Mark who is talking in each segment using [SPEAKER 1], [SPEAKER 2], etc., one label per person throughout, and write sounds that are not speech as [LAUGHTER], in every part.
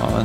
[SPEAKER 1] Ja,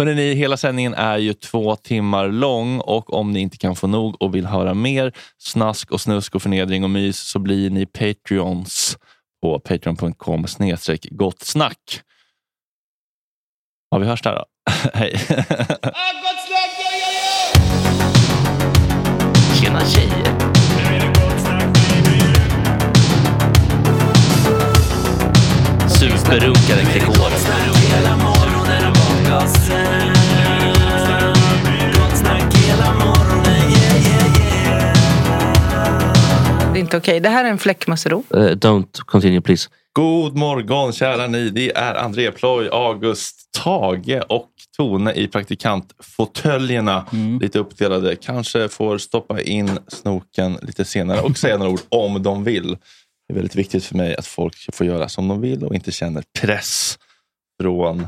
[SPEAKER 1] Hörrni, ni, hela sändningen är ju två timmar lång och om ni inte kan få nog och vill höra mer snask och snusk och förnedring och mys så blir ni Patreons på patreon.com snedstreck gott snack. Ja, vi hörs där då. [LAUGHS] Hej! Tjena tjejer! Superrunkaren Gregoren.
[SPEAKER 2] Det är inte okej. Det här är en fläckmussero.
[SPEAKER 3] Eh, don't continue please.
[SPEAKER 1] God morgon kära ni. Det är André Ploy, August, Tage och Tone i praktikantfåtöljerna.
[SPEAKER 2] Mm.
[SPEAKER 1] Lite uppdelade. Kanske får stoppa in snoken lite senare och säga några ord om de vill. Det är väldigt viktigt för mig att folk får göra som de vill och inte känner press från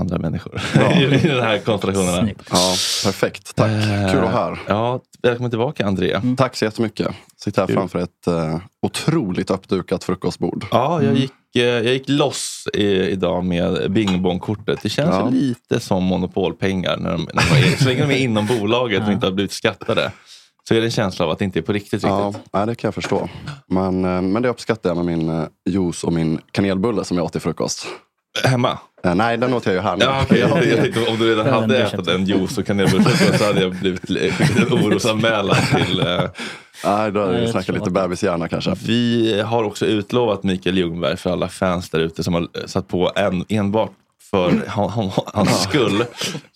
[SPEAKER 1] andra människor [LAUGHS] i i den här konstellationen.
[SPEAKER 4] Snyggt.
[SPEAKER 2] Ja, perfekt. Tack. Kul att vara här.
[SPEAKER 1] Eh, Ja, välkommen tillbaka André.
[SPEAKER 2] Tack så jättemycket. Sitter här
[SPEAKER 1] Kul.
[SPEAKER 2] framför ett eh, otroligt uppdukat frukostbord.
[SPEAKER 1] Ja, jag gick, eh, jag gick loss i, idag med Bing Bong-kortet. Det känns
[SPEAKER 2] Ja.
[SPEAKER 1] lite som monopolpengar. När de, när de är, så länge de är inom bolaget och inte har blivit skattade så är det en känsla av att det inte är på riktigt.
[SPEAKER 2] Ja,
[SPEAKER 1] riktigt.
[SPEAKER 2] nej, det kan jag förstå. Men, eh, men det uppskattar jag med min eh, juice och min kanelbulle som jag åt till frukost.
[SPEAKER 1] Hemma?
[SPEAKER 2] Eh, nej, den åt jag ju här nu.
[SPEAKER 1] Ja, okay.
[SPEAKER 2] Jag
[SPEAKER 1] jag,
[SPEAKER 2] har-
[SPEAKER 1] jag tänkte, om du redan
[SPEAKER 4] Ja,
[SPEAKER 1] hade
[SPEAKER 4] den
[SPEAKER 1] ätit
[SPEAKER 4] köpte.
[SPEAKER 1] en juice och kanelbullefrukost så hade jag blivit eh, skickat
[SPEAKER 2] [LAUGHS]
[SPEAKER 1] en orosanmälan till... eh,
[SPEAKER 2] [LAUGHS] Nej, då hade
[SPEAKER 4] Nej,
[SPEAKER 2] vi
[SPEAKER 4] jag
[SPEAKER 2] snackat
[SPEAKER 4] tror
[SPEAKER 2] lite
[SPEAKER 4] att-
[SPEAKER 2] bebishjärna kanske.
[SPEAKER 1] Vi har också utlovat Mikael Ljungberg för alla fans där ute som har satt på en, enbart för han, han, hans skull.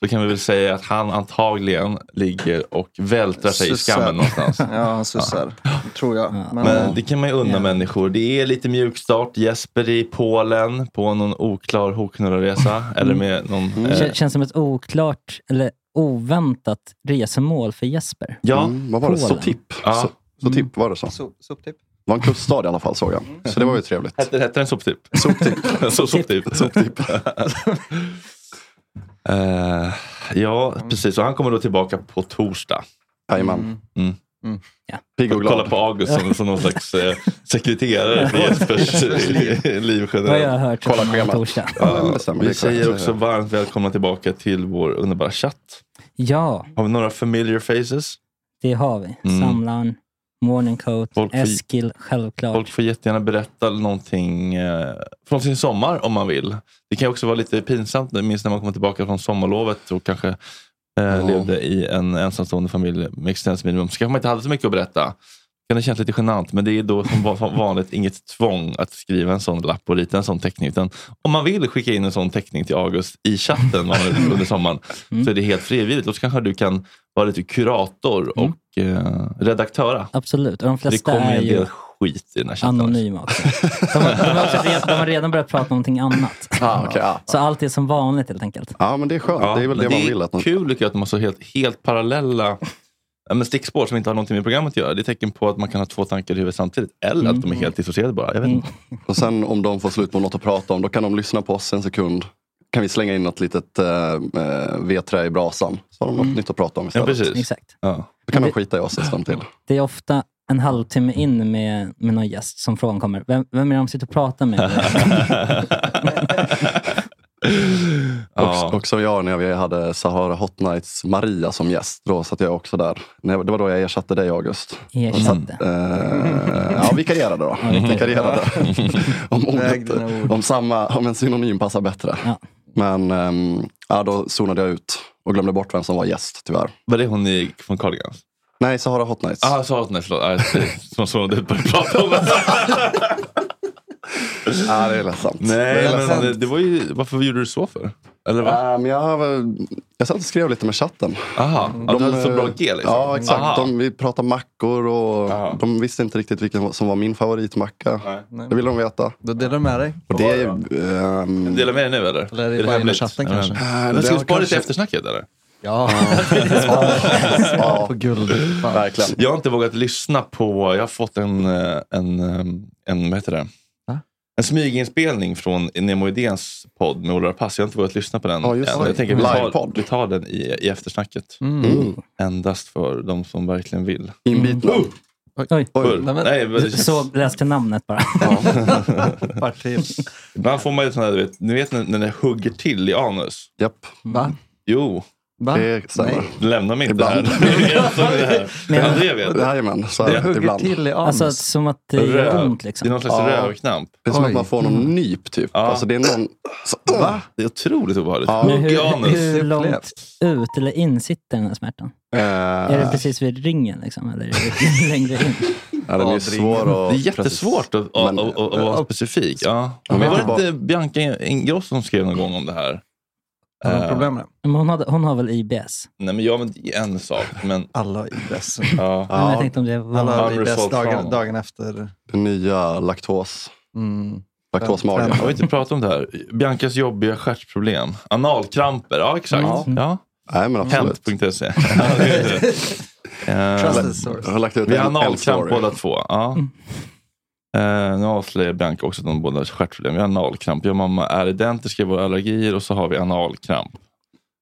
[SPEAKER 1] Så kan vi väl säga att han antagligen ligger och vältrar sig i
[SPEAKER 3] Sussar.
[SPEAKER 1] skammen någonstans.
[SPEAKER 3] Ja, han sussar. Tror jag. Men,
[SPEAKER 1] Men det kan man ju unna
[SPEAKER 4] Ja.
[SPEAKER 1] människor. Det är lite mjukstart. Jesper i Polen på någon oklar hoknurraresa. Eller med någon... Eh,
[SPEAKER 4] Kän- känns som ett oklart eller oväntat resemål för Jesper.
[SPEAKER 1] ja,
[SPEAKER 2] Mm, vad var det?
[SPEAKER 4] Polen.
[SPEAKER 2] Sotip.
[SPEAKER 1] Ja. Mm.
[SPEAKER 2] So, sotip var det så. Det
[SPEAKER 3] So- Soptipp.
[SPEAKER 2] var en kuststad i alla fall såg jag. Så det var ju trevligt.
[SPEAKER 1] hette, hette den soptipp?
[SPEAKER 2] Soptipp.
[SPEAKER 1] [LAUGHS] Så- Soptipp.
[SPEAKER 2] Soptipp.
[SPEAKER 1] [LAUGHS] Eh, ja, precis. Och han kommer då tillbaka på torsdag.
[SPEAKER 2] Jajamän.
[SPEAKER 1] Mm.
[SPEAKER 4] Ja.
[SPEAKER 2] Pigg och
[SPEAKER 1] Kolla
[SPEAKER 2] glad.
[SPEAKER 1] på August som, som någon slags eh, sekreterare
[SPEAKER 2] [LAUGHS]
[SPEAKER 1] för Jespers eh, liv
[SPEAKER 4] Vad jag har
[SPEAKER 1] generellt.
[SPEAKER 4] hört
[SPEAKER 2] Kolla
[SPEAKER 4] om honom
[SPEAKER 2] schemat.
[SPEAKER 4] på torsdag.
[SPEAKER 2] Ja, men det stämmer. Det
[SPEAKER 1] Vi
[SPEAKER 2] är korrekt.
[SPEAKER 1] säger också varmt välkomna tillbaka till vår underbara chatt.
[SPEAKER 4] Ja,
[SPEAKER 1] Har vi några familiar faces?
[SPEAKER 4] det har vi.
[SPEAKER 1] Mm.
[SPEAKER 4] Samlaren, Morning Coat,
[SPEAKER 1] Folk får-
[SPEAKER 4] Eskil, självklart.
[SPEAKER 1] Folk får jättegärna berätta någonting eh, från sin sommar om man vill. Det kan ju också vara lite pinsamt, jag minns när man kommer tillbaka från sommarlovet och kanske eh, levde i en ensamstående familj med existensminimum. Så kanske man inte hade så mycket att berätta. Det kan det kännas lite genant, men det är då som va- som vanligt inget tvång att skriva en sån lapp och rita en sån teckning. Utan om man vill skicka in en sån teckning till August i chatten vad man vill under sommaren så är det helt frivilligt. Och så kanske du kan vara lite kurator och eh, redaktöra.
[SPEAKER 4] Absolut, och de
[SPEAKER 1] Det
[SPEAKER 4] flesta
[SPEAKER 1] kommer ju
[SPEAKER 4] är
[SPEAKER 1] en
[SPEAKER 4] ju
[SPEAKER 1] del skit i den här chatten. också.
[SPEAKER 4] anonyma också. De har, de, har också re- de har redan börjat prata om någonting annat.
[SPEAKER 2] Ah, okay, ah.
[SPEAKER 4] Så allt är som vanligt helt enkelt.
[SPEAKER 2] Ja, men det är skönt.
[SPEAKER 1] Ja,
[SPEAKER 2] det är väl
[SPEAKER 1] men
[SPEAKER 2] det man vill. Att
[SPEAKER 1] är
[SPEAKER 2] man...
[SPEAKER 1] kul tycker jag, att de har så helt, helt parallella ja, men stickspår som inte har någonting med programmet att göra. Det är tecken på att man kan ha två tankar i huvudet samtidigt. Eller att de är helt dissocierade bara. Jag vet inte.
[SPEAKER 2] Och sen om de får slut på något att prata om, då kan de lyssna på oss en sekund. Kan vi slänga in något litet eh, eh, vedträ i brasan? Så har de något nytt att prata om
[SPEAKER 1] Mm. Ja,
[SPEAKER 2] istället.
[SPEAKER 1] precis.
[SPEAKER 4] Exakt.
[SPEAKER 1] Ja. [LAUGHS]
[SPEAKER 2] Då kan de skita i oss en stund till.
[SPEAKER 4] Det är ofta en halvtimme in med, med någon gäst som frågan kommer. Vem, vem är det de sitter och pratar
[SPEAKER 1] [LAUGHS]
[SPEAKER 4] med?
[SPEAKER 1] Ja.
[SPEAKER 2] Och, och som jag när vi hade Sahara Hot Nights Maria som gäst. Då satt jag också där. När jag- Det var då jag ersatte dig August.
[SPEAKER 4] Ersatte.
[SPEAKER 2] Eh, ja, vikarierade då.
[SPEAKER 1] Mm. [LAUGHS]
[SPEAKER 2] Vikarierade. om, ordet,
[SPEAKER 3] Väg dina ord.
[SPEAKER 2] om, samma, om en synonym passar bättre.
[SPEAKER 4] Ja.
[SPEAKER 2] Men ehm, ja, då zonade jag ut och glömde bort vem som var gäst tyvärr.
[SPEAKER 1] Var det hon i, från Cardigans?
[SPEAKER 2] Nej, Sahara Hot Nights.
[SPEAKER 1] Ja, ah, jag sa att nej, förlåt. Ah, precis. som såg du började prata om.
[SPEAKER 2] Ja, det är ledsamt.
[SPEAKER 1] [LAUGHS] nej, men alltså, det, det var Ah. ju, varför gjorde du så för? Eller va?
[SPEAKER 2] Ehm, jag, har väl- jag satt och skrev lite med chatten.
[SPEAKER 1] Aha, ja, du hade så
[SPEAKER 2] eh,
[SPEAKER 1] bra G liksom.
[SPEAKER 2] Ja,
[SPEAKER 1] Aha.
[SPEAKER 2] exakt. De, vi pratade mackor och
[SPEAKER 1] Aha.
[SPEAKER 2] de visste inte riktigt vilken som var min favoritmacka.
[SPEAKER 3] Nej.
[SPEAKER 2] Det ville de veta.
[SPEAKER 3] Då delar du med dig.
[SPEAKER 2] Och det, ehm,
[SPEAKER 1] Delar med dig nu eller?
[SPEAKER 3] Eller är det bara i
[SPEAKER 1] hemligt?
[SPEAKER 3] chatten,
[SPEAKER 1] Ja,
[SPEAKER 3] kanske?
[SPEAKER 1] men- Men
[SPEAKER 2] det
[SPEAKER 1] ska vi
[SPEAKER 2] har
[SPEAKER 1] spara lite
[SPEAKER 2] kanske-
[SPEAKER 1] eftersnacket eller?
[SPEAKER 3] Ja,
[SPEAKER 2] ja,
[SPEAKER 3] [LAUGHS] på guld. Fan.
[SPEAKER 2] verkligen.
[SPEAKER 1] Jag har inte vågat lyssna på... Jag har fått en, eh, en, eh, en vad heter det?
[SPEAKER 3] Va?
[SPEAKER 1] En smyginspelning från Nemo Idéns podd med Ola Pass. Jag har inte vågat lyssna på den
[SPEAKER 2] Ja, just
[SPEAKER 1] än.
[SPEAKER 2] det.
[SPEAKER 1] Jag tänker vi tar,
[SPEAKER 2] Livepodd.
[SPEAKER 1] vi tar den i, i eftersnacket.
[SPEAKER 2] Mm.
[SPEAKER 1] Endast för de som verkligen vill.
[SPEAKER 2] Inbitna.
[SPEAKER 1] Mm.
[SPEAKER 4] Oj,
[SPEAKER 1] Förr.
[SPEAKER 3] nej, men-
[SPEAKER 1] Nej, men det känns-
[SPEAKER 4] så läste jag namnet
[SPEAKER 1] [LAUGHS]
[SPEAKER 4] bara.
[SPEAKER 3] Vart till.
[SPEAKER 1] Ibland får man ju sån här, du vet, ni vet när, när det hugger till i anus?
[SPEAKER 2] Japp,
[SPEAKER 3] Va?
[SPEAKER 1] Jo,
[SPEAKER 3] Va?
[SPEAKER 2] det stämmer.
[SPEAKER 3] Nej.
[SPEAKER 1] lämna mig inte
[SPEAKER 2] Ibland.
[SPEAKER 1] här. Vi är ensamma i det här. André vet.
[SPEAKER 2] Jajamän, så
[SPEAKER 1] Det
[SPEAKER 2] är det
[SPEAKER 3] Hugger
[SPEAKER 2] ibland.
[SPEAKER 3] till i anus.
[SPEAKER 4] Alltså som att det gör
[SPEAKER 1] Röv.
[SPEAKER 4] ont
[SPEAKER 1] Det är
[SPEAKER 4] liksom.
[SPEAKER 1] någon slags
[SPEAKER 2] Ja.
[SPEAKER 1] rövknamp.
[SPEAKER 2] Det är som
[SPEAKER 3] Oj.
[SPEAKER 2] att man får någon nyp typ.
[SPEAKER 1] Mm. Ja.
[SPEAKER 2] Alltså, det är någon... Så, va?
[SPEAKER 1] Det är otroligt obehagligt.
[SPEAKER 2] Ja.
[SPEAKER 4] Men
[SPEAKER 1] Hugg i
[SPEAKER 4] hur,
[SPEAKER 1] anus.
[SPEAKER 4] hur långt
[SPEAKER 3] upplevt.
[SPEAKER 4] ut eller in sitter den här smärtan?
[SPEAKER 2] Eh,
[SPEAKER 4] Är
[SPEAKER 1] Ah.
[SPEAKER 4] det precis vid ringen liksom? Eller [LAUGHS] är det längre in?
[SPEAKER 2] ja, den är ju svår att...
[SPEAKER 1] Det är jättesvårt att, att,
[SPEAKER 2] Men- eh,
[SPEAKER 1] att, att, att vara specifik. Ja.
[SPEAKER 2] Man vet
[SPEAKER 1] var
[SPEAKER 2] inte
[SPEAKER 1] det inte Bianca Ingrosso som skrev någon gång om det här?
[SPEAKER 3] Har de problem med det?
[SPEAKER 4] Men hon, hade, hon har väl IBS?
[SPEAKER 1] Nej, men jag men det är en sak. Men,
[SPEAKER 3] Alla i dess.
[SPEAKER 1] ja.
[SPEAKER 4] Men
[SPEAKER 2] Ja,
[SPEAKER 4] jag tänkte om det var...
[SPEAKER 3] Alla i
[SPEAKER 1] Unresolved
[SPEAKER 3] dess dagen,
[SPEAKER 1] trauma.
[SPEAKER 3] dagen efter.
[SPEAKER 2] den nya laktos.
[SPEAKER 3] Mm.
[SPEAKER 2] Laktosmage.
[SPEAKER 1] Jag har inte pratat om det här. Biancas jobbiga stjärtproblem. Analkramper, ja exakt.
[SPEAKER 4] Mm.
[SPEAKER 1] Ja.
[SPEAKER 2] Nej men absolut.
[SPEAKER 1] Hent.se. [LAUGHS] Ja, det är det. E. Eh,
[SPEAKER 3] Trust the source.
[SPEAKER 2] Jag har lagt ut
[SPEAKER 1] Vi har
[SPEAKER 2] en, en
[SPEAKER 1] analkramp
[SPEAKER 2] story.
[SPEAKER 1] båda två. Ja.
[SPEAKER 2] Mm.
[SPEAKER 1] Eh, nu avslöjar Bianca också att de båda har stjärtproblem. Vi har analkramp. Jag och mamma är identiska i våra allergier och så har vi analkramp.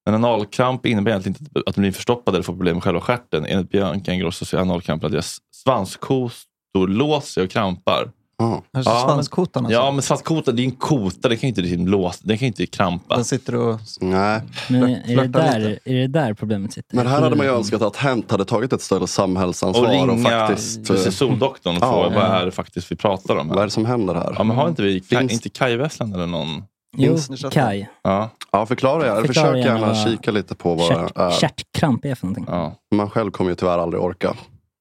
[SPEAKER 1] Men analkramp innebär egentligen inte att de blir förstoppade eller får problem med själva stjärten. Enligt Bianca Ingrosso så är analkramp att deras svanskostor låser sig och krampar.
[SPEAKER 2] Ja.
[SPEAKER 3] Alltså
[SPEAKER 1] Ja, men-
[SPEAKER 3] svanskotan alltså.
[SPEAKER 1] Ja, men svanskota, det är en kota. Det kan ju inte liksom låsa, det kan ju inte krampa.
[SPEAKER 3] Den sitter och...
[SPEAKER 2] Nej.
[SPEAKER 4] Men är det,
[SPEAKER 3] Flörta
[SPEAKER 4] där,
[SPEAKER 3] lite.
[SPEAKER 4] är det där problemet sitter? Mm.
[SPEAKER 2] Men här hade man ju önskat att Hent hade tagit ett större
[SPEAKER 1] Mm. Och
[SPEAKER 2] samhällsansvar och,
[SPEAKER 1] ringa
[SPEAKER 2] faktiskt... eh,
[SPEAKER 1] till soldoktorn och
[SPEAKER 2] Ja.
[SPEAKER 1] fråga vad är det faktiskt vi pratar om.
[SPEAKER 2] Vad är
[SPEAKER 1] Här.
[SPEAKER 2] det som händer här?
[SPEAKER 1] Ja, men har inte vi Kaj,
[SPEAKER 2] Finns-
[SPEAKER 1] inte Kaj Westland eller någon?
[SPEAKER 4] Jo,
[SPEAKER 3] Finns det-
[SPEAKER 4] Kaj.
[SPEAKER 1] Ja,
[SPEAKER 2] Ja, förklara gärna.
[SPEAKER 4] Förklara
[SPEAKER 2] Försök
[SPEAKER 4] gärna
[SPEAKER 2] gärna
[SPEAKER 4] vad-
[SPEAKER 2] kika lite på vad det
[SPEAKER 4] Kärt-
[SPEAKER 2] är.
[SPEAKER 4] Kärtkramp är för någonting.
[SPEAKER 1] ja.
[SPEAKER 2] Man själv kommer ju tyvärr aldrig orka.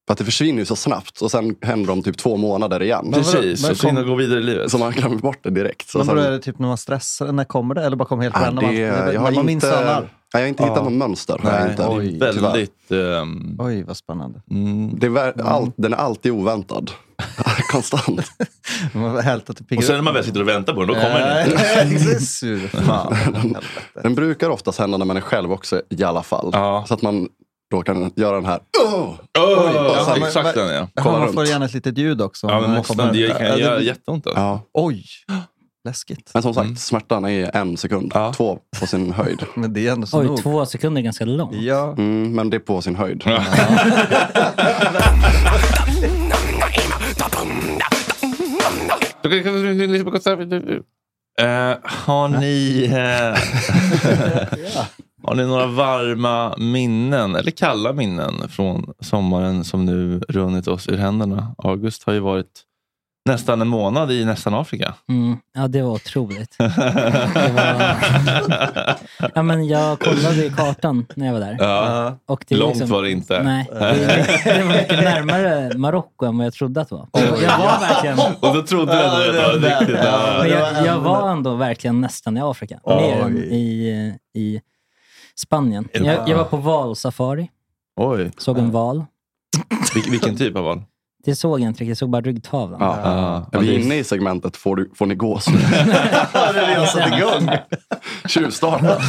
[SPEAKER 2] För att det försvinner ju så snabbt och sen händer de typ två månader igen.
[SPEAKER 3] vadå,
[SPEAKER 1] Precis,
[SPEAKER 3] men
[SPEAKER 1] och så hinner
[SPEAKER 3] kom-
[SPEAKER 1] gå vidare i livet.
[SPEAKER 2] Så man glömmer bort det direkt. Så
[SPEAKER 3] Men vadå,
[SPEAKER 2] sen-
[SPEAKER 3] är det typ när man stressar? När kommer det? Eller bara kommer helt
[SPEAKER 2] Ja, det,
[SPEAKER 3] random?
[SPEAKER 2] jag
[SPEAKER 3] När man
[SPEAKER 2] har inte,
[SPEAKER 3] minsannar.
[SPEAKER 2] Nej, jag har inte
[SPEAKER 3] Ja.
[SPEAKER 2] hittat något mönster. Nej,
[SPEAKER 3] Nej,
[SPEAKER 2] inte.
[SPEAKER 3] oj.
[SPEAKER 2] Tyvärr.
[SPEAKER 1] Väldigt... ehm,
[SPEAKER 3] Oj, vad spännande.
[SPEAKER 1] mm.
[SPEAKER 2] Det är, ver- allt- den är alltid oväntad. [LAUGHS] Konstant.
[SPEAKER 3] Man var helt att det piggar
[SPEAKER 1] Och sen
[SPEAKER 3] upp.
[SPEAKER 1] när man väl sitter och väntar på den, då kommer den
[SPEAKER 2] [LAUGHS]
[SPEAKER 1] inte.
[SPEAKER 3] Sur. Fan.
[SPEAKER 2] Den brukar oftast hända när man är själv också i alla fall.
[SPEAKER 1] Ja.
[SPEAKER 2] Så att man då kan göra den här. "Åh!"
[SPEAKER 1] Åh,
[SPEAKER 2] Ja,
[SPEAKER 1] ja,
[SPEAKER 2] men-
[SPEAKER 1] exakt den ja.
[SPEAKER 3] Ja,
[SPEAKER 2] Kolla
[SPEAKER 3] man
[SPEAKER 2] runt.
[SPEAKER 3] får gärna ett litet ljud också.
[SPEAKER 1] Ja,
[SPEAKER 3] när
[SPEAKER 1] men måste
[SPEAKER 3] kommer.
[SPEAKER 1] man, det
[SPEAKER 3] Ja,
[SPEAKER 1] kan
[SPEAKER 3] det-
[SPEAKER 1] göra jätteont. Alltså.
[SPEAKER 2] Ja.
[SPEAKER 3] Oj, läskigt.
[SPEAKER 2] Men som sagt,
[SPEAKER 1] Mm.
[SPEAKER 2] smärtan är en sekund.
[SPEAKER 1] Ja.
[SPEAKER 2] Två på sin höjd.
[SPEAKER 3] [LAUGHS] Men det är ändå så
[SPEAKER 4] Oj,
[SPEAKER 3] nog.
[SPEAKER 4] två sekunder är ganska långt.
[SPEAKER 1] [LAUGHS]
[SPEAKER 3] Ja.
[SPEAKER 2] Mm, men det är på sin höjd.
[SPEAKER 1] Eh, har, ni, eh, har ni några varma minnen, eller kalla minnen, från sommaren som nu runnit oss ur händerna? August har ju varit nästan en månad i nästan Afrika.
[SPEAKER 4] Mm. Ja, det var otroligt. Det
[SPEAKER 1] [LAUGHS]
[SPEAKER 4] var- ja, men jag kollade i kartan när jag var där.
[SPEAKER 1] Ja,
[SPEAKER 4] Och det är
[SPEAKER 1] långt
[SPEAKER 4] liksom-
[SPEAKER 1] var det inte.
[SPEAKER 4] Nej, det är mycket- det var mycket närmare Marocko än vad jag trodde att det var. Jag var verkligen...
[SPEAKER 1] Och då trodde du ändå att det var
[SPEAKER 3] Ja,
[SPEAKER 1] riktigt.
[SPEAKER 3] ja.
[SPEAKER 1] Ja.
[SPEAKER 4] Men
[SPEAKER 3] det var
[SPEAKER 4] jag, jag
[SPEAKER 3] ändå-
[SPEAKER 4] var ändå verkligen nästan i Afrika. Mer än i, eh, i Spanien. Jag, jag var på valsafari.
[SPEAKER 1] Oj,
[SPEAKER 4] Såg en val.
[SPEAKER 1] Vil- vilken typ av val?
[SPEAKER 4] Det såg jag inte riktigt. Jag såg bara ryggtavlan.
[SPEAKER 1] Ja.
[SPEAKER 2] Är vi inne i segmentet får, du, får ni gås nu?
[SPEAKER 3] det är redan satt igång.
[SPEAKER 2] Tjuvstarta.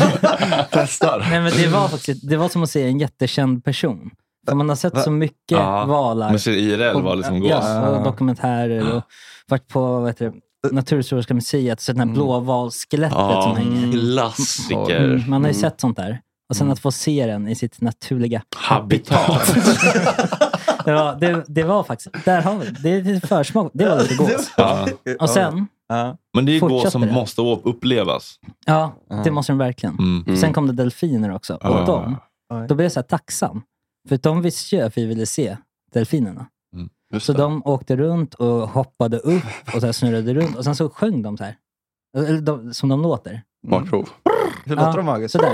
[SPEAKER 2] Testar.
[SPEAKER 4] Nej, men det [CLEARS THROAT] var faktiskt det var som att se en jättekänd person. För man har sett så mycket
[SPEAKER 1] Ja,
[SPEAKER 4] valar.
[SPEAKER 1] Men så IRL var liksom gås.
[SPEAKER 4] Ja, och dokumentärer och
[SPEAKER 1] [CLEARS THROAT]
[SPEAKER 4] varit på vad heter det, Naturhistoriska museet och sett den här blåvalskelettet som hänger.
[SPEAKER 1] klassiker.
[SPEAKER 4] Mm, man har ju sett sånt där. Och sen att få se den i sitt naturliga...
[SPEAKER 1] Habitat.
[SPEAKER 4] Det var, det, det var faktiskt... Där har vi det. Det är lite försmak. Det var lite gås. [LAUGHS]
[SPEAKER 1] ja.
[SPEAKER 4] Och sen...
[SPEAKER 3] Ja.
[SPEAKER 1] Men det är ju gås
[SPEAKER 4] Fortsätter
[SPEAKER 1] som
[SPEAKER 4] det.
[SPEAKER 1] måste o- upplevas.
[SPEAKER 4] Ja, det måste den verkligen.
[SPEAKER 1] Mm.
[SPEAKER 4] Sen kom det delfiner också. Och
[SPEAKER 1] Ja.
[SPEAKER 4] de,
[SPEAKER 3] Oj.
[SPEAKER 4] då blev jag så här tacksam. För de visste ju att vi ville se delfinerna.
[SPEAKER 2] Just
[SPEAKER 4] Så
[SPEAKER 2] det.
[SPEAKER 4] de åkte runt och hoppade upp och så här snurrade runt. Och sen så sjöng de så här. Eller de, som de låter.
[SPEAKER 2] Smakprov.
[SPEAKER 3] Hur låter
[SPEAKER 4] Ja,
[SPEAKER 3] de magiskt?
[SPEAKER 4] Sådär.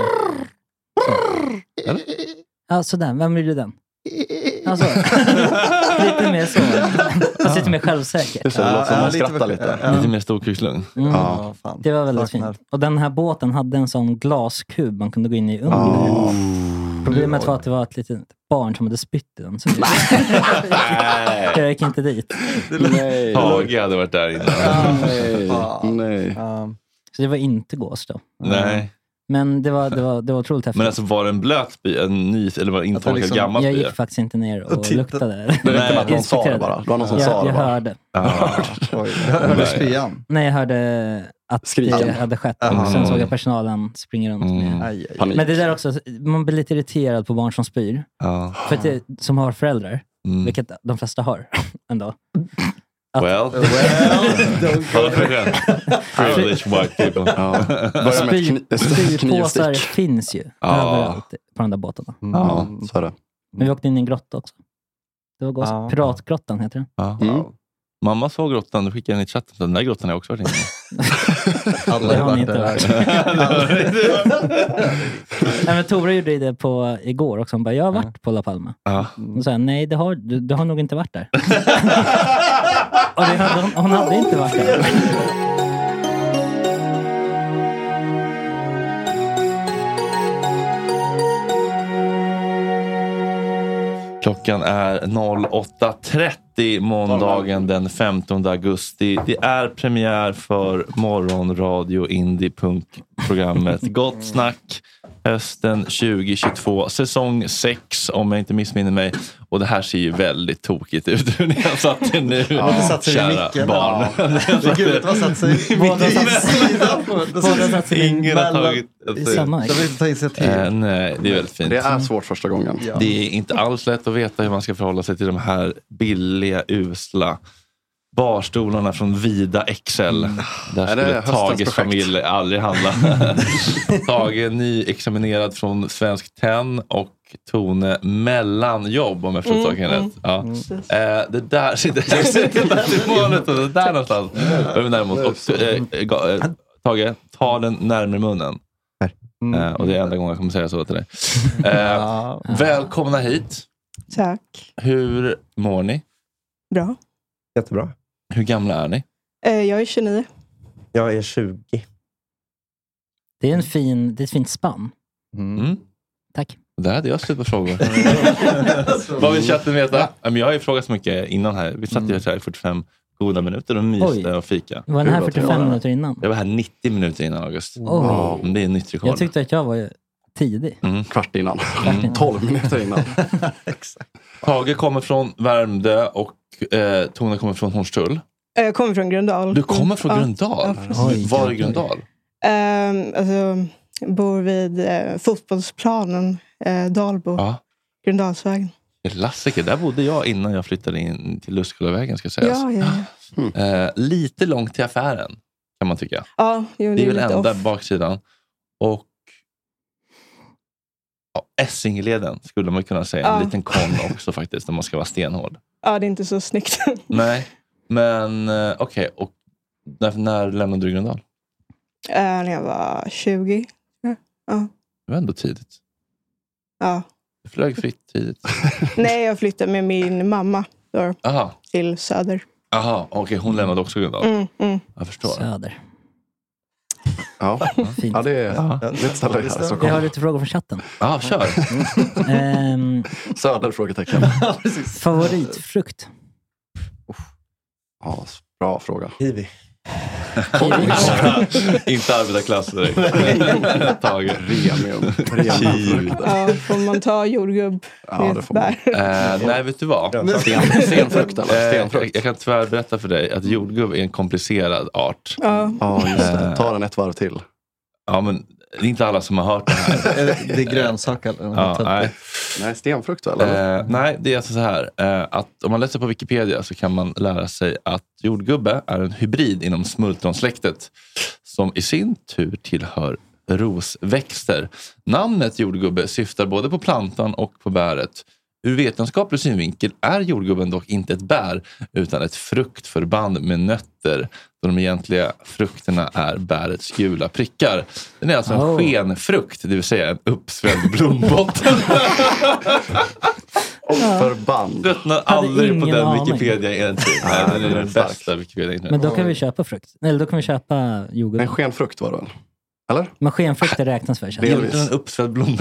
[SPEAKER 4] Så. Ja, sådär. Vem gjorde den?
[SPEAKER 3] [LAUGHS]
[SPEAKER 4] Alltså, lite mer så. Fast lite mer självsäker.
[SPEAKER 2] Just det, det låter som man skrattar lite.
[SPEAKER 1] Lite mer storkukslugn.
[SPEAKER 4] Mm.
[SPEAKER 2] Ja.
[SPEAKER 3] Ja, fan.
[SPEAKER 4] Det var väldigt
[SPEAKER 3] Saknar.
[SPEAKER 4] fint. Och den här båten hade en sån glaskub man kunde gå in i under.
[SPEAKER 2] Ja.
[SPEAKER 4] Problemet var att det var ett litet barn som hade spytt i den. Så
[SPEAKER 3] [LAUGHS]
[SPEAKER 4] jag gick inte dit.
[SPEAKER 1] [LAUGHS]
[SPEAKER 2] Nej.
[SPEAKER 1] Tage hade varit där innan.
[SPEAKER 3] Fan.
[SPEAKER 2] Nej.
[SPEAKER 3] Ja.
[SPEAKER 4] Så det var inte gås då.
[SPEAKER 1] Nej.
[SPEAKER 4] Men det var, det var, det var otroligt häftigt.
[SPEAKER 1] Men alltså var det en blöt spy? En ny, eller var det intorkad
[SPEAKER 3] liksom-
[SPEAKER 1] gammal
[SPEAKER 4] jag
[SPEAKER 1] spya?
[SPEAKER 4] gick faktiskt inte ner och,
[SPEAKER 2] [LAUGHS]
[SPEAKER 3] Och titta.
[SPEAKER 4] luktade.
[SPEAKER 2] Det räckte med att någon sa det
[SPEAKER 4] Inspekterade.
[SPEAKER 2] bara. Det var någon som sa
[SPEAKER 4] Jag,
[SPEAKER 2] det
[SPEAKER 4] jag
[SPEAKER 2] bara.
[SPEAKER 4] hörde.
[SPEAKER 1] Ah.
[SPEAKER 3] Oj, hörde
[SPEAKER 1] Nej.
[SPEAKER 3] spyan.
[SPEAKER 4] Nej, jag hörde att det
[SPEAKER 2] Skriken.
[SPEAKER 4] hade skett.
[SPEAKER 3] Aha.
[SPEAKER 4] Och sen såg jag personalen springa runt. Med.
[SPEAKER 1] Mm.
[SPEAKER 3] Aj, aj.
[SPEAKER 2] Panik.
[SPEAKER 4] Men det där också, man blir lite irriterad på barn som spyr.
[SPEAKER 1] Ja.
[SPEAKER 4] För att det, som har föräldrar,
[SPEAKER 1] Mm.
[SPEAKER 4] vilket de flesta har [LAUGHS] ändå. att-
[SPEAKER 1] Well,
[SPEAKER 3] Well,
[SPEAKER 1] kolla på det Privileged white people.
[SPEAKER 2] Ja. Börja med ett
[SPEAKER 4] Spy,
[SPEAKER 2] kni- ett
[SPEAKER 4] spypåsar
[SPEAKER 2] [LAUGHS] knivstick. Mm.
[SPEAKER 4] finns ju
[SPEAKER 1] Ja.
[SPEAKER 4] överallt på de där båtarna.
[SPEAKER 2] Ja, så är det.
[SPEAKER 4] Men vi åkte in i en grotta också. Det var gott.
[SPEAKER 3] Ja.
[SPEAKER 4] Piratgrottan heter den.
[SPEAKER 1] Ja.
[SPEAKER 2] Mm.
[SPEAKER 1] Mamma såg grottan, då skickade jag in i chatten. Den där grottan har jag också varit inne i.
[SPEAKER 3] Alla
[SPEAKER 4] Det
[SPEAKER 3] har
[SPEAKER 4] har ni
[SPEAKER 3] varit
[SPEAKER 4] inte
[SPEAKER 3] där.
[SPEAKER 4] varit. Nej, men Tora gjorde ju det på igår också. Hon bara, jag har varit på La Palma.
[SPEAKER 1] Ja.
[SPEAKER 4] Hon sa, nej det har, du, du har nog inte
[SPEAKER 1] [LAUGHS]
[SPEAKER 4] varit där. Och det hade, hon, hon hade inte varit där.
[SPEAKER 1] [LAUGHS] Klockan är 08.30 City måndagen den 15 augusti. Det är premiär för morgonradio indie-punk-programmet Gott snack hösten 2022. Säsong 6 om jag inte missminner mig. Och det här ser ju väldigt tokigt ut [LAUGHS] hur ni har satt er nu,
[SPEAKER 5] Ja, det satt sig i micken,
[SPEAKER 1] barn.
[SPEAKER 5] ja. Det är gud, det har satt sig båda satt sidan på det.
[SPEAKER 1] Båda satt sig Ingen har
[SPEAKER 5] mellan-
[SPEAKER 1] tagit
[SPEAKER 5] i samma. De vill inte ta initiativ.
[SPEAKER 1] Eh, nej, det är väldigt fint.
[SPEAKER 2] Det är svårt första gången.
[SPEAKER 5] Ja.
[SPEAKER 1] Det är inte alls lätt att veta hur man ska förhålla sig till de här billiga, usla barstolarna från Vida Excel. Där
[SPEAKER 2] Är det
[SPEAKER 1] skulle
[SPEAKER 2] höstens
[SPEAKER 1] Tages
[SPEAKER 2] projekt?
[SPEAKER 1] familj aldrig handla. Tage nyexaminerad från Svensk Tenn och Tone mellanjobb om jag förstått
[SPEAKER 3] Mm,
[SPEAKER 1] saken
[SPEAKER 3] mm.
[SPEAKER 1] rätt. Ja. Eh, det där [LAUGHS] sitter i målet och det där någonstans. Men däremot, och, eh, ga- eh, Tage, ta den närmare munnen. Eh, och det är enda gången jag kommer säga så till dig.
[SPEAKER 4] [LAUGHS]
[SPEAKER 1] Eh, välkomna hit.
[SPEAKER 6] Tack.
[SPEAKER 1] Hur mår ni?
[SPEAKER 6] Bra.
[SPEAKER 7] Jättebra.
[SPEAKER 1] Hur gamla är ni?
[SPEAKER 6] Eh, Jag är 29.
[SPEAKER 7] Jag är 20.
[SPEAKER 4] Det är, en fin, det är ett fint spann.
[SPEAKER 1] Mm.
[SPEAKER 4] Tack.
[SPEAKER 1] Där hade jag slut på [LAUGHS] frågor. Vad vill chatten veta? Ja, Mm. men Jag har ju frågat så mycket innan här. Vi satt ju så här i 45 goda minuter och myste och fika.
[SPEAKER 4] Var den här
[SPEAKER 1] Hur var det?
[SPEAKER 4] 45 minuter innan?
[SPEAKER 1] Jag var här 90 minuter innan August.
[SPEAKER 4] Oj.
[SPEAKER 1] Mm, Det är nytt rekord.
[SPEAKER 4] Jag tyckte att jag var ju tidig.
[SPEAKER 2] [LAUGHS]
[SPEAKER 1] Kvart innan.
[SPEAKER 4] innan.
[SPEAKER 2] 12 minuter innan.
[SPEAKER 1] Tage kommer från Värmdö och eh, Tone kommer från Hornstull.
[SPEAKER 6] Eh, Jag kommer från Gröndal.
[SPEAKER 1] Du kommer från
[SPEAKER 6] Ja.
[SPEAKER 1] Gröndal?
[SPEAKER 6] Ja,
[SPEAKER 1] Var är Gröndal?
[SPEAKER 6] Eh, alltså, bor vid eh, fotbollsplanen, eh, Dalbo.
[SPEAKER 1] Ja.
[SPEAKER 6] Gröndalsvägen.
[SPEAKER 1] Klassiker. Där bodde jag innan jag flyttade in till Lustkullavägen ska sägas.
[SPEAKER 6] Ja, ja, ja.
[SPEAKER 1] Eh, lite långt till affären kan man tycka.
[SPEAKER 6] ja jo,
[SPEAKER 1] det är väl
[SPEAKER 6] lite
[SPEAKER 1] enda
[SPEAKER 6] off.
[SPEAKER 1] baksidan. Och ja, Essingeleden skulle man kunna säga. En
[SPEAKER 6] Ja.
[SPEAKER 1] liten kon
[SPEAKER 6] [LAUGHS]
[SPEAKER 1] också faktiskt, om man ska vara stenhård.
[SPEAKER 6] Ja, det är inte så snyggt. [LAUGHS]
[SPEAKER 1] Nej, men eh, okej. Och när, när lämnade du Gröndal?
[SPEAKER 6] Eh, när jag var 20. Ja. Ja.
[SPEAKER 1] Det var ändå tidigt.
[SPEAKER 6] Ja.
[SPEAKER 1] Du flög fritt tidigt.
[SPEAKER 6] Nej, jag flyttade med min mamma då,
[SPEAKER 1] Aha,
[SPEAKER 6] till Söder.
[SPEAKER 1] aha okej. hon lämnade också Gröndal.
[SPEAKER 6] Mm, mm.
[SPEAKER 1] Jag förstår.
[SPEAKER 4] Söder.
[SPEAKER 2] Ja, ja det är
[SPEAKER 1] Ja.
[SPEAKER 2] det är ett ställe här i
[SPEAKER 4] Vi
[SPEAKER 2] Stockholm.
[SPEAKER 4] har lite frågor från chatten.
[SPEAKER 5] [LAUGHS]
[SPEAKER 1] Ja, kör.
[SPEAKER 2] [LAUGHS]
[SPEAKER 1] [LAUGHS]
[SPEAKER 4] Ehm,
[SPEAKER 2] Söder? [LAUGHS] Frågetecken.
[SPEAKER 4] favoritfrukt?
[SPEAKER 2] Ja, bra fråga.
[SPEAKER 7] Kiwi.
[SPEAKER 2] [LAUGHS]
[SPEAKER 1] Inte arbetarklass direkt. [LAUGHS] Tage.
[SPEAKER 2] Remium.
[SPEAKER 1] Kiwi.
[SPEAKER 6] Ja, får man ta
[SPEAKER 1] [LAUGHS]
[SPEAKER 6] jordgubb med bär?
[SPEAKER 1] Eh, nej, vet du vad?
[SPEAKER 2] Sten- stenfrukt, eller?
[SPEAKER 1] Eh,
[SPEAKER 2] Stenfrukt.
[SPEAKER 1] Jag, jag kan tyvärr berätta för dig att jordgubb är en komplicerad art.
[SPEAKER 6] Ja.
[SPEAKER 2] Ja, just det.
[SPEAKER 1] Eh,
[SPEAKER 2] Ta den ett varv till.
[SPEAKER 1] Ja, men det är inte alla som har hört det här.
[SPEAKER 5] Det [LAUGHS] är grönsak eller
[SPEAKER 1] Ja,
[SPEAKER 5] något
[SPEAKER 1] nej.
[SPEAKER 5] töntigt.
[SPEAKER 2] Nej, stenfrukt väl? eller?
[SPEAKER 1] Eh, nej, det är alltså så här. Eh, att om man läser på Wikipedia så kan man lära sig att jordgubbe är en hybrid inom smultronsläktet som i sin tur tillhör rosväxter. Namnet jordgubbe syftar både på plantan och på bäret. Ur vetenskaplig synvinkel är jordgubben dock inte ett bär utan ett fruktförband med nötter då de egentliga frukterna är bärets gula prickar. Den är alltså en
[SPEAKER 4] Oh.
[SPEAKER 1] skenfrukt, det vill säga en uppsvälld blombotten.
[SPEAKER 2] Oh. Förband.
[SPEAKER 1] Tröttnar
[SPEAKER 4] Hade
[SPEAKER 1] aldrig på
[SPEAKER 4] ingen
[SPEAKER 1] den
[SPEAKER 4] aning.
[SPEAKER 1] Wikipedia egentligen. Nej, den är den
[SPEAKER 2] stark.
[SPEAKER 1] bästa Wikipedia egentligen.
[SPEAKER 4] Men då kan vi köpa frukt. Eller då kan vi köpa
[SPEAKER 2] En
[SPEAKER 4] jordgubb.
[SPEAKER 2] skenfrukt var det väl? Eller?
[SPEAKER 4] Men
[SPEAKER 1] [LAUGHS]
[SPEAKER 4] skenfrukter räknas väl?
[SPEAKER 1] Det är
[SPEAKER 4] känns
[SPEAKER 1] inte en uppsvälld blomma.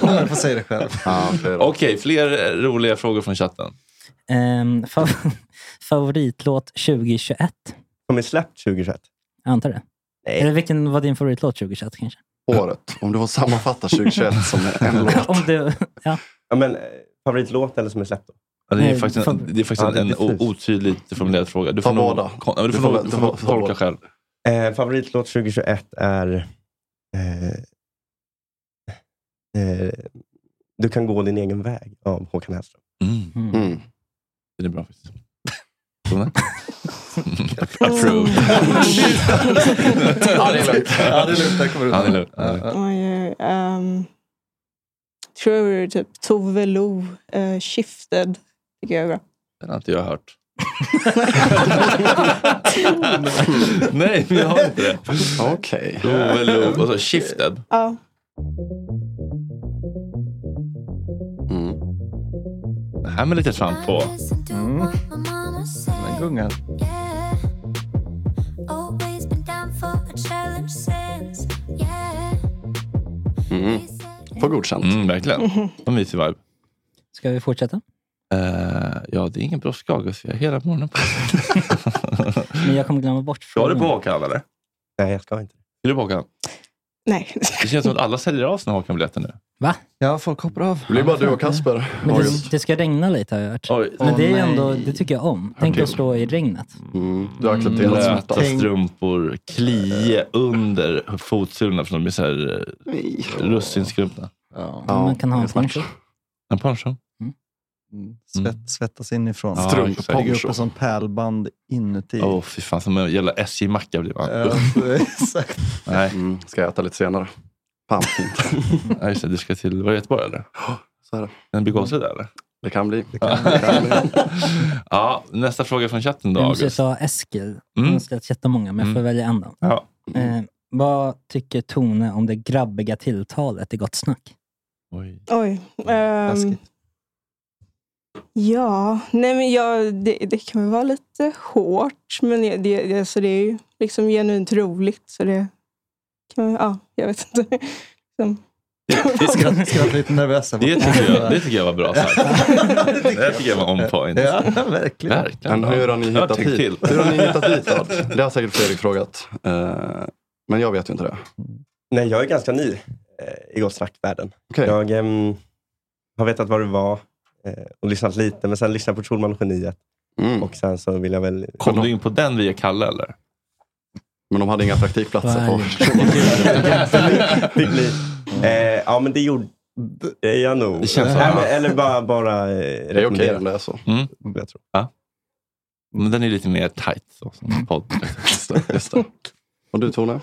[SPEAKER 5] Jag får säga det själv.
[SPEAKER 2] Ja, flera.
[SPEAKER 1] [LAUGHS] Okej, fler eh, roliga frågor från chatten.
[SPEAKER 4] det. Ehm, fav- [LAUGHS] favoritlåt 2021?
[SPEAKER 7] Som är släppt 2021.
[SPEAKER 4] Jag antar det.
[SPEAKER 7] Nej.
[SPEAKER 4] Eller vilken var din favoritlåt 2021
[SPEAKER 1] [CLEARS THROAT]
[SPEAKER 4] kanske?
[SPEAKER 2] Året. Om du får sammanfatta 2021 som en
[SPEAKER 7] [LAUGHS]
[SPEAKER 2] låt.
[SPEAKER 4] Om du, ja.
[SPEAKER 7] Ja, men, eh, favoritlåt eller som är släppt? Då?
[SPEAKER 1] Ja, det är
[SPEAKER 4] Nej,
[SPEAKER 1] faktiskt en,
[SPEAKER 4] fan.
[SPEAKER 1] det är faktiskt
[SPEAKER 7] Ja, det är
[SPEAKER 1] en o-
[SPEAKER 7] precis.
[SPEAKER 1] otydligt formulerad fråga. Du
[SPEAKER 2] Ta
[SPEAKER 1] får nog-
[SPEAKER 2] båda.
[SPEAKER 1] kon- ja, men Du får nog- du får nog tolka själv.
[SPEAKER 7] Eh, favoritlåt 2021 är... Eh, eh, du kan gå din egen väg av Håkan Hellström.
[SPEAKER 1] Mm,
[SPEAKER 2] Mm.
[SPEAKER 1] det är bra faktiskt. [LAUGHS] Tone? Approve.
[SPEAKER 6] Mm.
[SPEAKER 2] Ja, det är lugnt.
[SPEAKER 5] Ja, det är lugnt. Det kommer
[SPEAKER 1] Ja, det är lugnt.
[SPEAKER 5] Ja, ja.
[SPEAKER 6] Oj, ehm, tror det är typ Tove Lo, eh, Shifted. Tycker jag är bra.
[SPEAKER 1] Den har inte jag hört. Nej, men jag har inte det.
[SPEAKER 2] Okej.
[SPEAKER 1] Tove
[SPEAKER 7] Mm.
[SPEAKER 1] Lo och så Shifted.
[SPEAKER 6] Ja,
[SPEAKER 2] Mm.
[SPEAKER 1] Det här med lite tramp på.
[SPEAKER 5] Mm. Den gungar.
[SPEAKER 2] Mm. Får godkänt.
[SPEAKER 4] Mm-hmm.
[SPEAKER 1] Mm, verkligen. En mysig vibe.
[SPEAKER 4] Ska vi fortsätta?
[SPEAKER 1] Eh, ja, det är ingen brådska August. Vi har hela morgonen på oss.
[SPEAKER 4] Men jag kommer glömma bort
[SPEAKER 1] [LAUGHS] Ska
[SPEAKER 4] frågan.
[SPEAKER 1] du på Håkan eller?
[SPEAKER 7] Nej, jag ska inte.
[SPEAKER 1] Är du på Håkan?
[SPEAKER 6] Nej. [LAUGHS]
[SPEAKER 1] Det känns som att alla säljer av sina Håkan-biljetter nu.
[SPEAKER 4] Va?
[SPEAKER 5] Ja, folk hoppar av.
[SPEAKER 1] Det blir bara du och Kasper,
[SPEAKER 4] Men det,
[SPEAKER 1] August.
[SPEAKER 4] det ska regna lite har jag hört.
[SPEAKER 1] Oj.
[SPEAKER 4] Men det är
[SPEAKER 1] Åh,
[SPEAKER 4] ändå,
[SPEAKER 1] nej.
[SPEAKER 4] det tycker jag om. Tänk
[SPEAKER 1] till.
[SPEAKER 4] att stå i
[SPEAKER 1] [LAUGHS]
[SPEAKER 4] regnet.
[SPEAKER 1] Mm,
[SPEAKER 2] du har accepterat
[SPEAKER 1] Blöta
[SPEAKER 2] smärtan.
[SPEAKER 1] strumpor, klie under fotsulorna för de är så här eh, russinskrumpna.
[SPEAKER 4] Man kan ha en poncho.
[SPEAKER 1] En poncho.
[SPEAKER 7] Mm.
[SPEAKER 5] Svett, svettas inifrån.
[SPEAKER 1] Ja,
[SPEAKER 5] Strump-
[SPEAKER 1] exakt.
[SPEAKER 5] Bygger upp en sån pärlband inuti.
[SPEAKER 1] Åh, fy fan. Som en jävla SJ-macka blir man.
[SPEAKER 5] Ja, exakt.
[SPEAKER 1] Nej.
[SPEAKER 2] Mm.
[SPEAKER 1] ska jag äta lite senare. Fan, fint. ja, just det, du ska till var det Göteborg eller?
[SPEAKER 2] Så är det.
[SPEAKER 1] En begåsare där eller?
[SPEAKER 2] Det kan bli.
[SPEAKER 1] [LAUGHS] ja, nästa fråga från chatten då,
[SPEAKER 4] Jag måste
[SPEAKER 1] August.
[SPEAKER 4] ta Eskil. Han
[SPEAKER 1] Mm.
[SPEAKER 4] har ställt jättemånga, men jag får
[SPEAKER 1] Mm.
[SPEAKER 4] välja en då.
[SPEAKER 1] Ja.
[SPEAKER 4] Eh, vad tycker Tone om det grabbiga tilltalet i Gott Snack?
[SPEAKER 6] Oj. ehm, ja, nej men jag, det, det kan väl vara lite hårt, men det, det, det- alltså det är ju liksom genuint roligt. Så det kan, ja, jag vet inte.
[SPEAKER 7] [LAUGHS]
[SPEAKER 6] Liksom,
[SPEAKER 5] Vi skratt- skrattar lite nervösa.
[SPEAKER 1] Det tycker, jag, det tycker jag var bra sagt. det tycker jag var on point.
[SPEAKER 5] Ja, verkligen.
[SPEAKER 2] Men hur har ni
[SPEAKER 1] Jag
[SPEAKER 2] hittat
[SPEAKER 1] tänkte
[SPEAKER 2] hit?
[SPEAKER 1] till.
[SPEAKER 2] Hur har ni hittat hit då? Det har säkert Fredrik frågat. Eh, men jag vet ju inte det.
[SPEAKER 7] Nej, jag är ganska ny eh, i Gott snack-världen. Jag ehm, har vetat vad det var eh, och lyssnat lite, men sen lyssnade jag på Schulman och Geniet.
[SPEAKER 2] Mm.
[SPEAKER 7] Och sen så vill jag väl...
[SPEAKER 1] Kom du in på den via Kalle eller?
[SPEAKER 2] Men de hade inga praktikplatser [LAUGHS] på.
[SPEAKER 7] Fick bli. Eh, ja, men det gjorde eh, jag nog.
[SPEAKER 1] Det känns så.
[SPEAKER 7] Nej, men, eller bara, bara eh,
[SPEAKER 2] Det är okej
[SPEAKER 7] rekommendera.
[SPEAKER 2] om det är så.
[SPEAKER 1] Mm.
[SPEAKER 7] Jag tror.
[SPEAKER 1] Ja. Men den är lite mer tight. Så, som podd.
[SPEAKER 2] Just det. Och du Tone?
[SPEAKER 6] Eh,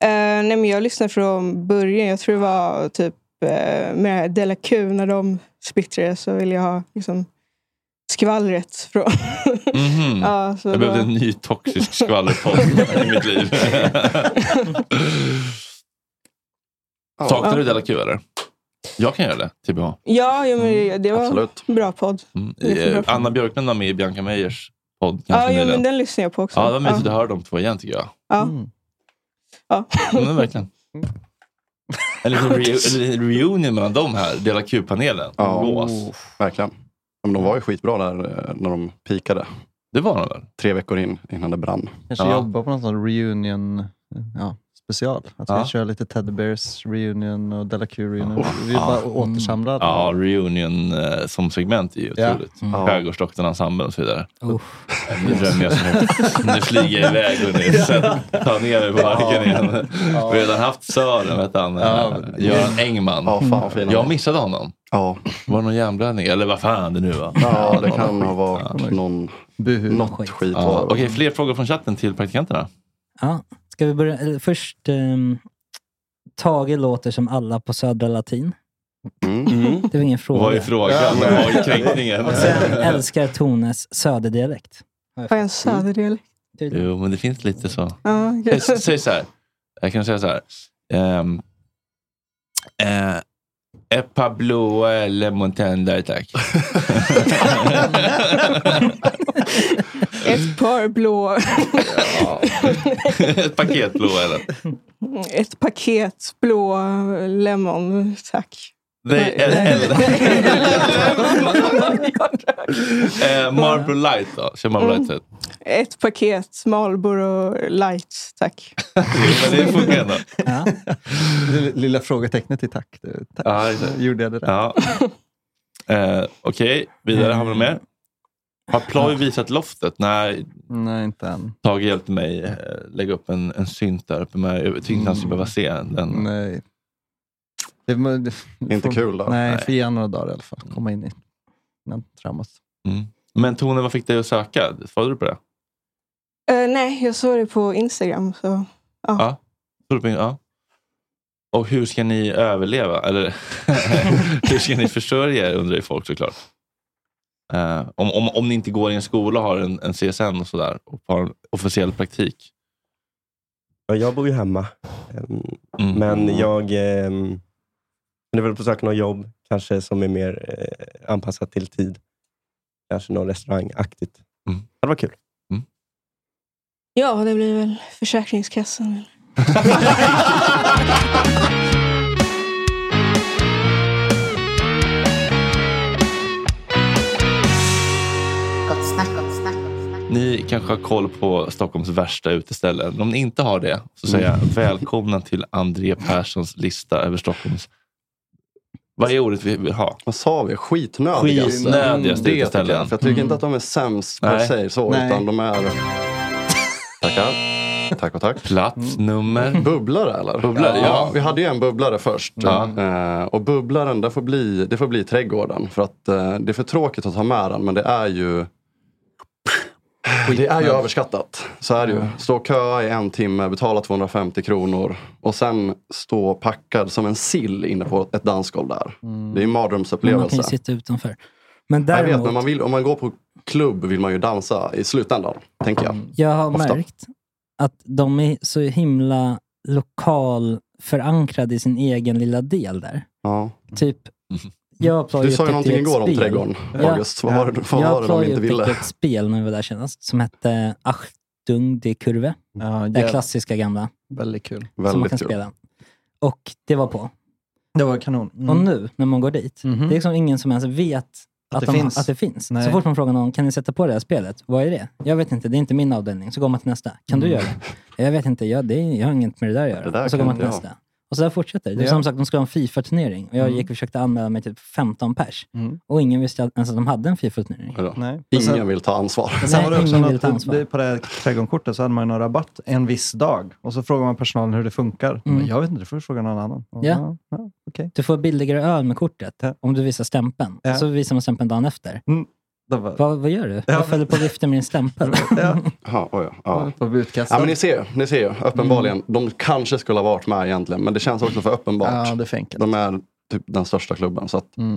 [SPEAKER 6] nej men jag lyssnade från början. Jag tror det var typ uh, med Della Q när de splittrade så ville jag ha liksom, skvallret från...
[SPEAKER 2] Mm.
[SPEAKER 1] Mhm.
[SPEAKER 6] [LAUGHS]
[SPEAKER 8] Mm-hmm.
[SPEAKER 6] Ja, så
[SPEAKER 1] jag
[SPEAKER 6] då-
[SPEAKER 1] behövde en ny toxisk skvallerpodd i mitt liv. Saknar du Della Q eller? Jag kan göra det, TBH.
[SPEAKER 6] Ja, ja men det, det var
[SPEAKER 1] Mm, absolut.
[SPEAKER 6] en bra podd. Det är för bra
[SPEAKER 1] Eh,
[SPEAKER 6] podd.
[SPEAKER 1] Anna Björklund var med i Bianca Meyers podd.
[SPEAKER 6] Ja,
[SPEAKER 1] ganska
[SPEAKER 6] ja, men
[SPEAKER 1] nyligen.
[SPEAKER 6] den lyssnar jag på också.
[SPEAKER 1] ja, det Mm. var mysigt
[SPEAKER 6] ja.
[SPEAKER 1] att höra de två igen tycker jag.
[SPEAKER 6] Ja. Ja.
[SPEAKER 1] Men [LAUGHS] verkligen. En liten reu- en liten reunion mellan de här, Dela Q-panelen.
[SPEAKER 2] Ja,
[SPEAKER 1] Gås.
[SPEAKER 2] verkligen. Ja, Men de var ju skitbra där eh, när de pikade.
[SPEAKER 1] Det var de väl?
[SPEAKER 2] Tre veckor in innan det brann.
[SPEAKER 5] Kanske jobba på någon sån reunion ja, special. Att
[SPEAKER 2] Ja.
[SPEAKER 5] vi kör lite Teddy Bears reunion och Della Q reunion.
[SPEAKER 1] Oh.
[SPEAKER 5] vi bara
[SPEAKER 1] Ja.
[SPEAKER 5] återsamlar alla.
[SPEAKER 1] Ja, reunion eh, som segment är ju
[SPEAKER 5] Ja.
[SPEAKER 1] otroligt.
[SPEAKER 5] Mm.
[SPEAKER 1] Skärgårdsdoktorn-ensemblen och så vidare.
[SPEAKER 4] Oh.
[SPEAKER 1] Nu drömmer jag så
[SPEAKER 2] [LAUGHS]
[SPEAKER 1] högt. Nu flyger jag iväg hörni. Sen tar ner mig på marken igen.
[SPEAKER 2] Ja.
[SPEAKER 1] Vi har redan haft Sören, vet han. eh,
[SPEAKER 2] Ja.
[SPEAKER 1] Göran Engman.
[SPEAKER 2] Ja, fan vad fin han är.
[SPEAKER 1] jag missade honom.
[SPEAKER 2] Ja.
[SPEAKER 1] Var det någon hjärnblödning? Eller vad fan det nu var.
[SPEAKER 2] Ja, det kan ha varit någon...
[SPEAKER 5] Buhu.
[SPEAKER 2] Något skit
[SPEAKER 1] Ja.
[SPEAKER 2] var det.
[SPEAKER 1] Okej, fler frågor från chatten till praktikanterna.
[SPEAKER 4] Ja, ska vi börja? eller Först, ehm, Tage låter som alla på Södra Latin.
[SPEAKER 2] Mm.
[SPEAKER 4] Det var ingen fråga.
[SPEAKER 1] Vad är frågan?
[SPEAKER 4] Ja.
[SPEAKER 1] Vad är kränkningen?
[SPEAKER 4] Och sen älskar Tones söderdialekt.
[SPEAKER 6] Har jag en söderdialekt?
[SPEAKER 1] Jo, men det finns lite så.
[SPEAKER 5] [LAUGHS]
[SPEAKER 6] Ja, okej.
[SPEAKER 1] Eh, s- Säg så här. Jag kan säga så här. Um, uh, ett par blåa lemontänder, tack. [LAUGHS]
[SPEAKER 6] Ett par blå... [LAUGHS]
[SPEAKER 1] ett paket blåa eller?
[SPEAKER 6] Ett paket blå lemon, tack.
[SPEAKER 1] Nej,
[SPEAKER 5] [LAUGHS]
[SPEAKER 1] el- el- [LAUGHS] Eh, Marlboro light då? Kör Marlboro light. Mm.
[SPEAKER 6] Ett paket Marlboro light, tack.
[SPEAKER 1] Men det funkar
[SPEAKER 5] [LAUGHS]
[SPEAKER 1] ändå.
[SPEAKER 5] Det lilla frågetecknet i tack. du. tack.
[SPEAKER 1] Ja, just det.
[SPEAKER 5] Gjorde jag det där?
[SPEAKER 1] Ja. Eh, Okej, vidare. Har vi något mer? Har Ploy visat loftet? Nej,
[SPEAKER 5] Nej, inte än.
[SPEAKER 1] Tage hjälpte mig eh, lägga upp en, en synt där uppe. Med, jag tyckte inte han skulle
[SPEAKER 5] Mm.
[SPEAKER 1] behöva se den.
[SPEAKER 5] Nej. Det, må- det,
[SPEAKER 1] Inte
[SPEAKER 5] får-
[SPEAKER 1] kul då.
[SPEAKER 5] Nej,
[SPEAKER 1] Nej.
[SPEAKER 5] för ge han några dagar i alla fall. Komma in i innan traumat.
[SPEAKER 1] Mm. Men Tone, vad fick dig att söka? Svarade du på det?
[SPEAKER 6] Eh, nej, jag såg det på Instagram. Så.
[SPEAKER 1] Ja. Svarade du på- ja. Och hur ska ni överleva? Eller [LAUGHS] hur ska ni försörja er undrar ju folk såklart. Eh, om, om, om ni inte går i en skola och har en, en CSN och sådär och har en officiell praktik.
[SPEAKER 7] Ja, jag bor ju hemma. Ehm,
[SPEAKER 1] Mm.
[SPEAKER 7] Men jag um, kunde väl försöka något jobb, kanske som är mer eh, anpassat till tid. Kanske någon restaurangaktigt.
[SPEAKER 1] Mm.
[SPEAKER 7] Det var kul.
[SPEAKER 6] Ja, det blir väl Försäkringskassan.
[SPEAKER 1] kanske har koll på Stockholms värsta uteställen. Om ni inte har det, så säger jag
[SPEAKER 2] Mm.
[SPEAKER 1] välkomna till André Perssons lista över Stockholms... Vad är ordet vi
[SPEAKER 2] [LAUGHS]
[SPEAKER 1] vill ha?
[SPEAKER 2] Vad sa vi? Skitnödiga.
[SPEAKER 1] Skitnödigaste
[SPEAKER 2] Mm, Det tycker jag,
[SPEAKER 1] uteställen.
[SPEAKER 2] För jag tycker inte att de är sämst per
[SPEAKER 1] Nej.
[SPEAKER 2] se, så,
[SPEAKER 1] Nej.
[SPEAKER 2] utan de är... Tackar. Tack och tack.
[SPEAKER 1] Plats, Mm.
[SPEAKER 2] Mm.
[SPEAKER 1] nummer.
[SPEAKER 2] Bubblare eller?
[SPEAKER 1] Bubblare, ja.
[SPEAKER 2] Vi hade ju en bubblare först. Eh, och bubblaren, det får, bli, det får bli trädgården. För att eh, det är för tråkigt att ha med den, men det är ju... Det är ju överskattat. Så är det ju. Stå och köa i en timme, betala 250 kronor och sen stå packad som en sill inne på ett dansgolv där.
[SPEAKER 1] Mm.
[SPEAKER 2] Det är ju
[SPEAKER 4] Men
[SPEAKER 2] en
[SPEAKER 4] man
[SPEAKER 2] mardrömsupplevelse.
[SPEAKER 4] kan ju sitta utanför. Men
[SPEAKER 2] Jag
[SPEAKER 4] däremot,
[SPEAKER 2] vet, men man vill, om man går på klubb vill man ju dansa i slutändan, tänker
[SPEAKER 1] Mm.
[SPEAKER 2] jag.
[SPEAKER 4] jag har
[SPEAKER 2] Ofta.
[SPEAKER 4] märkt att de är så himla lokal förankrade i sin egen lilla del där.
[SPEAKER 2] Ja.
[SPEAKER 4] Typ, jag
[SPEAKER 2] Mhm. Du sa ju någonting igår om trädgården, August. Vad var det- vad var det de inte ville?
[SPEAKER 4] Jag upptäckte ett spel när vi var där senast som hette Achtung de Kurve. det
[SPEAKER 8] jävligt.
[SPEAKER 4] klassiska gamla.
[SPEAKER 8] Väldigt kul.
[SPEAKER 4] som man kan spela. Och det var på.
[SPEAKER 8] Det var kanon. Mm. Mhm.
[SPEAKER 4] Och nu när man går dit, det är liksom ingen som ens vet att,
[SPEAKER 8] det
[SPEAKER 4] de,
[SPEAKER 8] finns.
[SPEAKER 4] att det finns.
[SPEAKER 8] Nej.
[SPEAKER 4] Så fort man frågar någon, kan ni sätta på det här spelet? Vad är det? Jag vet inte, det är inte min avdelning. Så går man till nästa. Kan du
[SPEAKER 8] Mm.
[SPEAKER 4] göra det? Jag vet inte, jag, det, är- jag har inget med det där att göra.
[SPEAKER 8] Det där
[SPEAKER 4] och så går
[SPEAKER 8] kan
[SPEAKER 4] man till
[SPEAKER 8] inte jag.
[SPEAKER 4] nästa. Och så där fortsätter det. Det är
[SPEAKER 8] Ja.
[SPEAKER 4] som sagt, de ska ha en Fifa-turnering. Och jag
[SPEAKER 8] Mm.
[SPEAKER 4] gick och försökte anmäla mig till typ 15 pers.
[SPEAKER 8] Mm.
[SPEAKER 4] Och ingen visste ens att de hade en Fifa-turnering.
[SPEAKER 8] Nej.
[SPEAKER 4] Ingen
[SPEAKER 2] vill ta ansvar. [LAUGHS]
[SPEAKER 8] Men sen
[SPEAKER 4] Nej,
[SPEAKER 8] var det också
[SPEAKER 4] ingen vill ta
[SPEAKER 8] något,
[SPEAKER 4] ansvar.
[SPEAKER 8] det- på det här trädgårdskortet så hade man ju någon rabatt en viss dag. Och så frågar man personalen hur det funkar. De bara,
[SPEAKER 4] Mm.
[SPEAKER 8] Jag vet inte, det får du fråga någon annan. Och,
[SPEAKER 4] Ja. Du får billigare öl med kortet om du visar stämpeln.
[SPEAKER 8] Ja. Mm.
[SPEAKER 4] Så visar man stämpeln dagen efter. Vad, vad gör du?
[SPEAKER 8] Ja.
[SPEAKER 4] Varför höll du på och viftade med din
[SPEAKER 8] [LAUGHS]
[SPEAKER 4] stämpel?
[SPEAKER 2] Ja, oj, ja.
[SPEAKER 8] På Mm. budkassan.
[SPEAKER 2] Ja, men ni ser ju, ni ser ju uppenbarligen. De kanske skulle ha varit med egentligen, men det känns också för uppenbart.
[SPEAKER 8] Ja, det är för enkelt.
[SPEAKER 2] De är typ den största klubben. Så att,
[SPEAKER 8] Mm.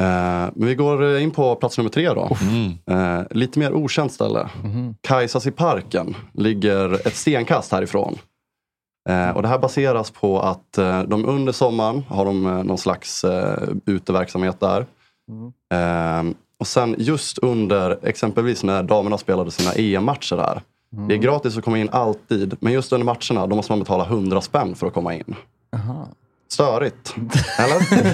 [SPEAKER 2] eh, men vi går in på plats nummer tre då. Eh, lite mer okänt ställe. Kajsas i parken ligger ett stenkast härifrån. Eh, och det här baseras på att eh, de under sommaren har de eh, någon slags eh, uteverksamhet där. Ehm, och sen just under exempelvis när damerna spelade sina EM-matcher där. Det är gratis att komma in alltid, men just under matcherna då måste man betala 100 spänn för att komma in.
[SPEAKER 1] [LAUGHS]
[SPEAKER 2] Störigt. Eller?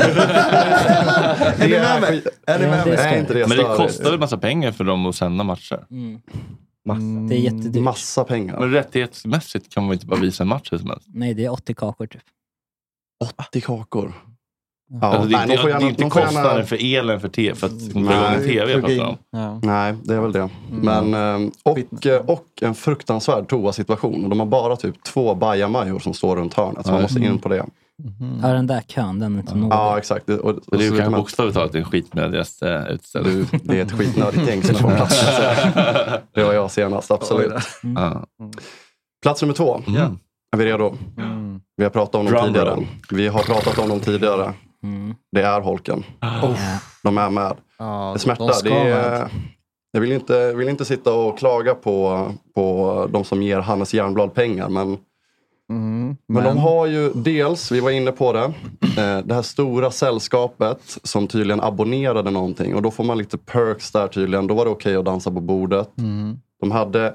[SPEAKER 8] Är ni med mig? Är ni med mig?
[SPEAKER 2] Är inte det
[SPEAKER 1] Men det
[SPEAKER 2] störigt?
[SPEAKER 1] kostar väl massa pengar för dem att sända matcher?
[SPEAKER 8] Mm.
[SPEAKER 4] Det är jättedyrt.
[SPEAKER 2] Massa pengar.
[SPEAKER 1] Men rättighetsmässigt kan man inte bara visa en match hur som helst?
[SPEAKER 4] Nej, det är 80 kakor typ.
[SPEAKER 2] 80 kakor? Ja,
[SPEAKER 1] alltså, det är
[SPEAKER 2] nej,
[SPEAKER 1] inte,
[SPEAKER 2] de får
[SPEAKER 1] det
[SPEAKER 2] gärna-
[SPEAKER 1] är inte
[SPEAKER 2] de får gärna-
[SPEAKER 1] kostnaden för elen för, te, för att
[SPEAKER 2] Nej.
[SPEAKER 1] nej, tv jag pratar om.
[SPEAKER 2] Nej, det är väl
[SPEAKER 8] Mm.
[SPEAKER 2] det. Men, ehm, och, eh, och en fruktansvärd toasituation. De har bara typ två bajamajor som står runt hörnet, så man
[SPEAKER 1] Ja. Mm.
[SPEAKER 2] måste in på det.
[SPEAKER 8] Mm.
[SPEAKER 4] Ja, den där kön, den är inte nådig.
[SPEAKER 2] Ja, exakt. Det- Och, och,
[SPEAKER 1] Så det är
[SPEAKER 2] så
[SPEAKER 1] ju kanske
[SPEAKER 2] man-
[SPEAKER 1] bokstavligt talat det skitnödigaste [LAUGHS] utstället.
[SPEAKER 2] Du, det är ett skitnödigt gäng som är
[SPEAKER 1] [LAUGHS]
[SPEAKER 2] på plats. kan jag säga. Det var jag senast, absolut.
[SPEAKER 1] Oj
[SPEAKER 2] Plats nummer två.
[SPEAKER 1] Mm.
[SPEAKER 2] Är vi redo? Vi har pratat om dem
[SPEAKER 1] Drum
[SPEAKER 2] tidigare.
[SPEAKER 1] roll.
[SPEAKER 2] Vi har pratat om dem tidigare. Det är Holken. De är med.
[SPEAKER 8] Mm. Ja,
[SPEAKER 2] det smärtar.
[SPEAKER 8] de ska
[SPEAKER 2] det
[SPEAKER 8] med.
[SPEAKER 2] är, jag vill inte, vill inte sitta och klaga på, på de som ger Hannes Järnblad pengar, men
[SPEAKER 8] Mm.
[SPEAKER 2] men, de har ju dels, vi var inne på det, eh, det här stora sällskapet som tydligen abonnerade någonting och då får man lite perks där tydligen. Då var det okej att dansa på bordet. De hade,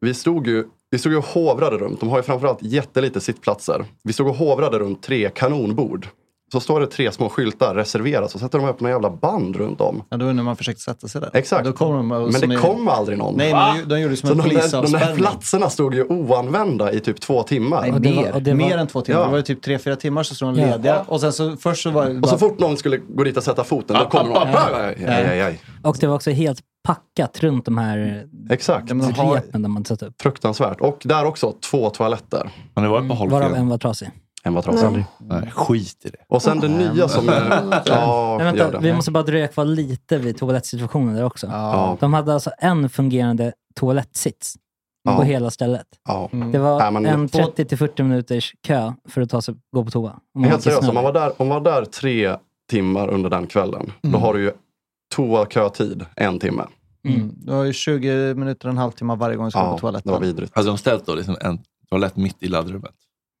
[SPEAKER 2] vi stod ju vi stod ju och hovrade runt, de har ju framförallt jättelite sittplatser. Vi stod och hovrade runt tre kanonbord. Så står det tre små skyltar reserverat så sätter de upp några jävla band runt om.
[SPEAKER 8] Ja, det var när man försökte sätta sig där.
[SPEAKER 2] Exakt.
[SPEAKER 8] Då kom de och-
[SPEAKER 2] men
[SPEAKER 8] som
[SPEAKER 2] det
[SPEAKER 8] är-
[SPEAKER 2] kom aldrig någon.
[SPEAKER 8] Nej, men de- de gjorde som
[SPEAKER 2] så
[SPEAKER 8] en
[SPEAKER 2] de där, de där
[SPEAKER 8] polisavspärrning.
[SPEAKER 2] platserna stod ju oanvända i typ två timmar.
[SPEAKER 8] Nej, mer. mer än två timmar.
[SPEAKER 2] Ja.
[SPEAKER 8] Det var ju typ tre, fyra timmar så stod de
[SPEAKER 2] Ja.
[SPEAKER 8] lediga. Och sen så först så var det
[SPEAKER 2] Och så
[SPEAKER 8] bara-
[SPEAKER 2] fort någon skulle gå dit och sätta foten, då kommer de.
[SPEAKER 8] app, app.
[SPEAKER 2] Aj, aj, aj, aj, aj.
[SPEAKER 4] Och det var också helt packat runt de här
[SPEAKER 2] Exakt.
[SPEAKER 4] repen där man satt upp.
[SPEAKER 2] Fruktansvärt. Och där också, två toaletter.
[SPEAKER 1] Har ni varit
[SPEAKER 2] Mm.
[SPEAKER 1] på
[SPEAKER 4] Varav en var trasig.
[SPEAKER 2] En var trasig.
[SPEAKER 4] Nej.
[SPEAKER 1] Nej, skit i det.
[SPEAKER 2] Och sen det nya som är... Ja,
[SPEAKER 4] Men
[SPEAKER 2] gör
[SPEAKER 4] vänta,
[SPEAKER 2] det.
[SPEAKER 8] Mm.
[SPEAKER 4] vi måste bara dröja kvar lite vid toalettsituationen där också. De hade alltså en fungerande toalettsits
[SPEAKER 2] Ja. Mm.
[SPEAKER 4] på hela stället.
[SPEAKER 2] Ja.
[SPEAKER 8] Mm,
[SPEAKER 4] Det var
[SPEAKER 2] Nej, men-
[SPEAKER 4] en 30-40 minuters kö för att ta sig, gå på toa. Om man var
[SPEAKER 2] Helt seriöst, om
[SPEAKER 4] kissnödig.
[SPEAKER 2] man var, där, om man var där tre timmar under den kvällen,
[SPEAKER 8] Mm.
[SPEAKER 2] då har du ju toakötid en timme.
[SPEAKER 4] Mm.
[SPEAKER 8] Det var ju 20 minuter, en halvtimme varje gång jag skulle på toaletten.
[SPEAKER 1] Hade de ställt då liksom en toalett mitt i laddrummet?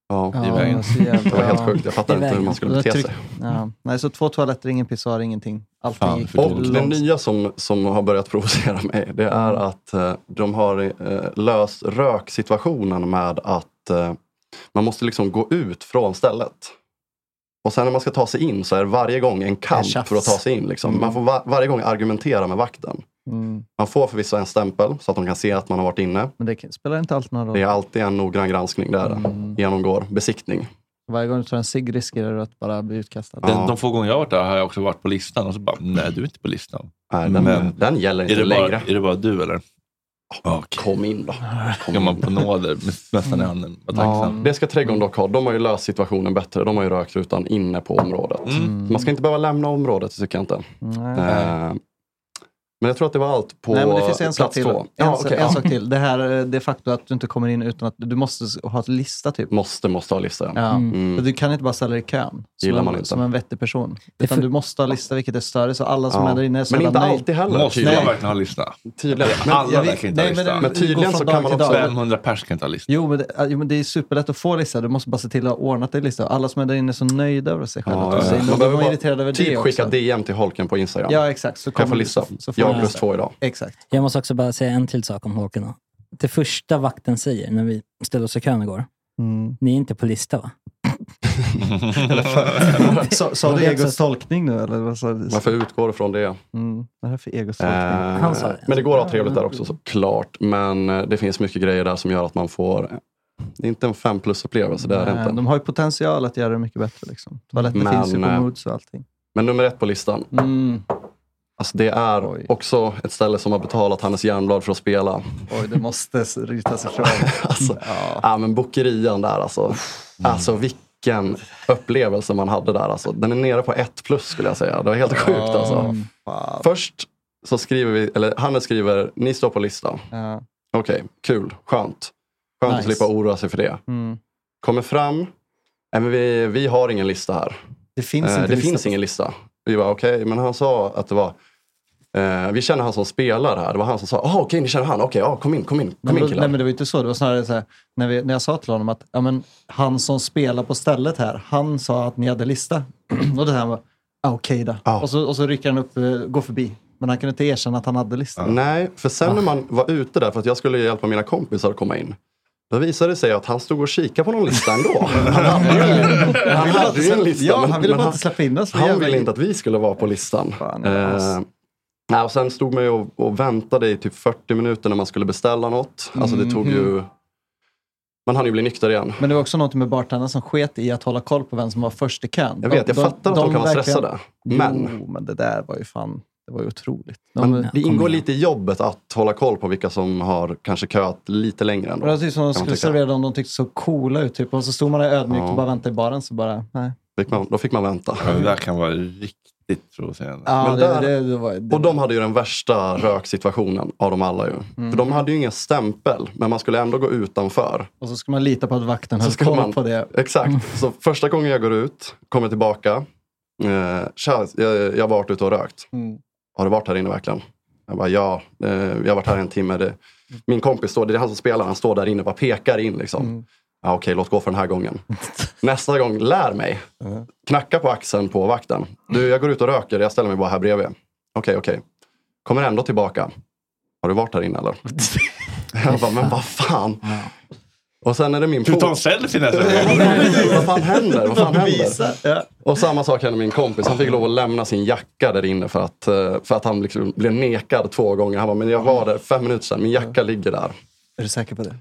[SPEAKER 2] Ja,
[SPEAKER 1] i vägen.
[SPEAKER 8] så jävla-
[SPEAKER 2] Det var helt sjukt. Jag fattar
[SPEAKER 8] I
[SPEAKER 2] inte hur
[SPEAKER 8] vägen.
[SPEAKER 2] man skulle
[SPEAKER 8] Det var
[SPEAKER 2] bete
[SPEAKER 8] tryck-
[SPEAKER 2] sig.
[SPEAKER 8] Ja. Nej, så två toaletter, ingen pissoar, ingenting. Allting gick
[SPEAKER 2] Och det
[SPEAKER 8] långt.
[SPEAKER 2] nya som, som har börjat provocera mig, det är att eh, de har eh, löst röksituationen med att eh, man måste liksom gå ut från stället. Och sen när man ska ta sig in så är det varje gång en
[SPEAKER 8] En
[SPEAKER 2] kamp
[SPEAKER 8] tjafs.
[SPEAKER 2] för att ta sig in. Liksom.
[SPEAKER 8] Mm.
[SPEAKER 2] Man får va- varje gång argumentera med vakten.
[SPEAKER 8] Mm.
[SPEAKER 2] Man får förvisso en stämpel så att de kan se att man har varit inne.
[SPEAKER 8] Men det spelar inte alltid någon roll.
[SPEAKER 2] Det är alltid en noggrann granskning där.
[SPEAKER 8] Mm.
[SPEAKER 2] Genomgår besiktning.
[SPEAKER 8] Varje gång du tar en cigg riskerar du att bara bli utkastad.
[SPEAKER 1] Den, de få gånger jag har varit där har jag också varit på listan och så bara, nej du är inte på listan.
[SPEAKER 2] Nej, den- den gäller inte
[SPEAKER 1] är det
[SPEAKER 2] längre.
[SPEAKER 1] Bara, är det bara du eller?
[SPEAKER 2] Kom in då.
[SPEAKER 1] Ska man på nåder
[SPEAKER 8] Mm.
[SPEAKER 1] med mössan i handen? Vad
[SPEAKER 2] Ja,
[SPEAKER 1] tacksam.
[SPEAKER 2] det ska trädgården dock ha. De har ju löst situationen bättre. De har ju rökrutan inne på området.
[SPEAKER 1] Mm.
[SPEAKER 8] Mm.
[SPEAKER 2] Man ska inte behöva lämna området, tycker jag inte.
[SPEAKER 8] Nej.
[SPEAKER 2] Eh, men jag tror att det var allt på
[SPEAKER 8] Nej, men det finns en
[SPEAKER 2] plats
[SPEAKER 8] sak till.
[SPEAKER 2] två.
[SPEAKER 8] En,
[SPEAKER 2] Ja,
[SPEAKER 8] sak-
[SPEAKER 2] okej,
[SPEAKER 8] en
[SPEAKER 2] ja.
[SPEAKER 8] sak till. Det här eh, det faktum att du inte kommer in utan att du måste s- ha ett lista typ.
[SPEAKER 2] Måste, måste ha lista.
[SPEAKER 8] Ja.
[SPEAKER 2] Mm.
[SPEAKER 8] Så Du kan inte bara ställa dig i kön som,
[SPEAKER 2] Gillar man
[SPEAKER 8] en,
[SPEAKER 2] inte.
[SPEAKER 8] som en vettig person.
[SPEAKER 2] Det
[SPEAKER 8] Utan
[SPEAKER 2] för-
[SPEAKER 8] du måste ha lista vilket är större så alla som
[SPEAKER 2] Ja.
[SPEAKER 8] är där inne är så
[SPEAKER 2] Men
[SPEAKER 8] jävla
[SPEAKER 2] inte
[SPEAKER 8] nöjd.
[SPEAKER 2] alltid heller.
[SPEAKER 1] Måste
[SPEAKER 8] Nej.
[SPEAKER 1] jag verkligen ha lista?
[SPEAKER 2] Tydligen.
[SPEAKER 8] Men
[SPEAKER 1] Alla
[SPEAKER 8] jag
[SPEAKER 1] verkar
[SPEAKER 8] vet-
[SPEAKER 1] inte
[SPEAKER 8] nej,
[SPEAKER 1] ha
[SPEAKER 8] men
[SPEAKER 1] lista.
[SPEAKER 8] det- Men tydligen går så från kan dag man till också- dag.
[SPEAKER 1] 500 pers kan inte ha lista.
[SPEAKER 8] Jo, men det, ja, jo, men det är superlätt att få lista. Du måste bara se till att ha ordnat din lista. Alla som är där inne är så nöjda över sig själva.
[SPEAKER 2] Ja,
[SPEAKER 8] Ja,
[SPEAKER 2] ja.
[SPEAKER 8] ja.
[SPEAKER 2] Man
[SPEAKER 8] De
[SPEAKER 2] behöver
[SPEAKER 8] var
[SPEAKER 2] bara
[SPEAKER 8] irriterade över det
[SPEAKER 2] typ skicka
[SPEAKER 8] också.
[SPEAKER 2] DM till Holken på Instagram.
[SPEAKER 8] Ja, exakt. Så
[SPEAKER 2] kan jag få
[SPEAKER 8] kommer-
[SPEAKER 2] lista?
[SPEAKER 8] så- så får
[SPEAKER 2] jag
[SPEAKER 8] man
[SPEAKER 2] plus
[SPEAKER 8] lista.
[SPEAKER 2] två idag.
[SPEAKER 8] Exakt.
[SPEAKER 4] Jag måste också bara säga en till sak om Håkan. då. Det första vakten säger när vi ställde oss i kön igår.
[SPEAKER 8] Mm.
[SPEAKER 2] [LAUGHS]
[SPEAKER 4] Ni är inte på lista va?
[SPEAKER 8] Sa- Sa
[SPEAKER 4] Men
[SPEAKER 8] du
[SPEAKER 4] det är också-
[SPEAKER 8] egos tolkning nu eller? Vad sa du?
[SPEAKER 2] Varför utgår du från det?
[SPEAKER 8] Mm, vad är det för egos
[SPEAKER 2] Eh,
[SPEAKER 8] tolkning?
[SPEAKER 2] men det går att ha trevligt där också såklart. Men eh, det finns mycket grejer där som gör att man får... eh, Det är inte en fem plus-upplevelse. Det är det
[SPEAKER 8] Nej,
[SPEAKER 2] inte.
[SPEAKER 8] Eh, De har ju potential att göra det mycket bättre. Liksom. Toaletten
[SPEAKER 2] Men,
[SPEAKER 8] finns ju på
[SPEAKER 2] eh,
[SPEAKER 8] Moods och allting.
[SPEAKER 2] Men nummer ett på listan.
[SPEAKER 8] Mm.
[SPEAKER 2] Alltså det är också ett ställe som har betalat Hannes Järnblad för att spela.
[SPEAKER 8] Oj, det måste ritas ifrån.
[SPEAKER 2] [LAUGHS] alltså, ja. men bokerian där alltså. Alltså vilken upplevelse man hade där. Alltså. Den är nere på ett plus skulle jag säga. Det var helt sjukt
[SPEAKER 8] Ja,
[SPEAKER 2] alltså. Först så skriver vi, eller Hannes skriver, ni står på listan.
[SPEAKER 8] Ja.
[SPEAKER 2] Okej, kul, skönt. Skönt att
[SPEAKER 8] Nice.
[SPEAKER 2] slippa oroa sig för det.
[SPEAKER 8] Mm.
[SPEAKER 2] Kommer fram, nej men vi, vi har ingen lista här.
[SPEAKER 8] Det finns inte
[SPEAKER 2] Eh, det
[SPEAKER 8] lista
[SPEAKER 2] finns
[SPEAKER 8] på-
[SPEAKER 2] ingen lista. Vi var okej, men han sa att det var eh, vi känner han som spelar här. Det var han som sa, ah, okej ni känner han, okej ja, kom in, kom in,
[SPEAKER 8] Nej,
[SPEAKER 2] kom
[SPEAKER 8] men,
[SPEAKER 2] in
[SPEAKER 8] nej,
[SPEAKER 2] killar.
[SPEAKER 8] men det var ju inte så. Det var snarare så här, när, vi, när jag sa till honom att ja, men, han som spelar på stället här, han sa att ni hade lista. [CLEARS THROAT] och det här var, ah, okej då. Och, så, och så rycker han upp, eh, går förbi. Men han kunde inte erkänna att han hade lista.
[SPEAKER 2] Nej, för sen när man var ute där för att jag skulle hjälpa mina kompisar att komma in. Då visade det sig att han stod och kikade på någon
[SPEAKER 8] [LAUGHS]
[SPEAKER 2] lista ändå. Han hade ju en, han hade ju en lista.
[SPEAKER 8] Ja, han ville bara
[SPEAKER 2] han-
[SPEAKER 8] inte släppa in oss.
[SPEAKER 2] Han
[SPEAKER 8] Jävla-
[SPEAKER 2] ville inte att vi skulle vara på listan. Eh, nej, och sen stod man ju och, och väntade i typ 40 minuter när man skulle beställa något. Alltså det tog ju... Man hann ju bli nykter igen.
[SPEAKER 8] Mm. Men det var också något med bartendern som sket i att hålla koll på vem som var först i kön.
[SPEAKER 2] Jag vet, jag fattar att de kan vara
[SPEAKER 8] verkligen-
[SPEAKER 2] stressade, men-
[SPEAKER 8] Jo, men det där var ju fan, det var ju otroligt. De,
[SPEAKER 2] Mm. Men det ingår lite i jobbet att hålla koll på vilka som har kanske köat lite längre än
[SPEAKER 8] Och det var typ som de
[SPEAKER 2] kan man
[SPEAKER 8] skulle
[SPEAKER 2] tycka.
[SPEAKER 8] servera dem, de tyckte så coola ut. Typ. Och så stod man där ödmjukt
[SPEAKER 2] Ja.
[SPEAKER 8] och bara väntade i baren, så bara, nej.
[SPEAKER 2] Fick man, då fick man vänta.
[SPEAKER 1] Ja, det där kan vara riktigt provocerande.
[SPEAKER 8] Ja,
[SPEAKER 2] Men
[SPEAKER 8] det,
[SPEAKER 2] där-
[SPEAKER 8] det, det var,
[SPEAKER 2] Och de hade ju den värsta röksituationen av dem alla. ju.
[SPEAKER 8] Mm.
[SPEAKER 2] För de hade ju ingen stämpel, men man skulle ändå gå utanför.
[SPEAKER 8] och så ska man lita på att vakten höll
[SPEAKER 2] ska
[SPEAKER 8] koll
[SPEAKER 2] man-
[SPEAKER 8] på det. Mm.
[SPEAKER 2] Exakt. Så första gången jag går ut, kommer tillbaka. Eh, tja, jag, jag har varit ute och rökt.
[SPEAKER 8] Mm.
[SPEAKER 2] Har du varit här inne verkligen? Jag bara, ja. Eh, jag har varit här en timme. Det, min kompis står, det är han som spelar, han står där inne och bara pekar in. Liksom.
[SPEAKER 8] Mm.
[SPEAKER 2] Ja, okej, låt gå för den
[SPEAKER 8] [LAUGHS]
[SPEAKER 2] här gången. Nästa gång, lär mig. Knacka på axeln på vakten. Du, jag går ut och röker. Jag ställer mig bara här bredvid. Okej, okej. Kommer ändå tillbaka. Har du varit här inne eller? jag bara, men vad fan. Och sen är det min
[SPEAKER 1] Ska vi ta en
[SPEAKER 2] polare.
[SPEAKER 1] selfie nästa
[SPEAKER 8] [LAUGHS]
[SPEAKER 1] gång?
[SPEAKER 2] vad fan händer? Vad fan
[SPEAKER 1] Visa,
[SPEAKER 2] händer? Och samma sak hände min kompis. Han fick lov att lämna sin jacka där inne för att, eh, för att han liksom blev nekad två gånger. Han bara, men jag var där fem minuter sedan. Min jacka ligger där.
[SPEAKER 8] Är du säker på det? Mm.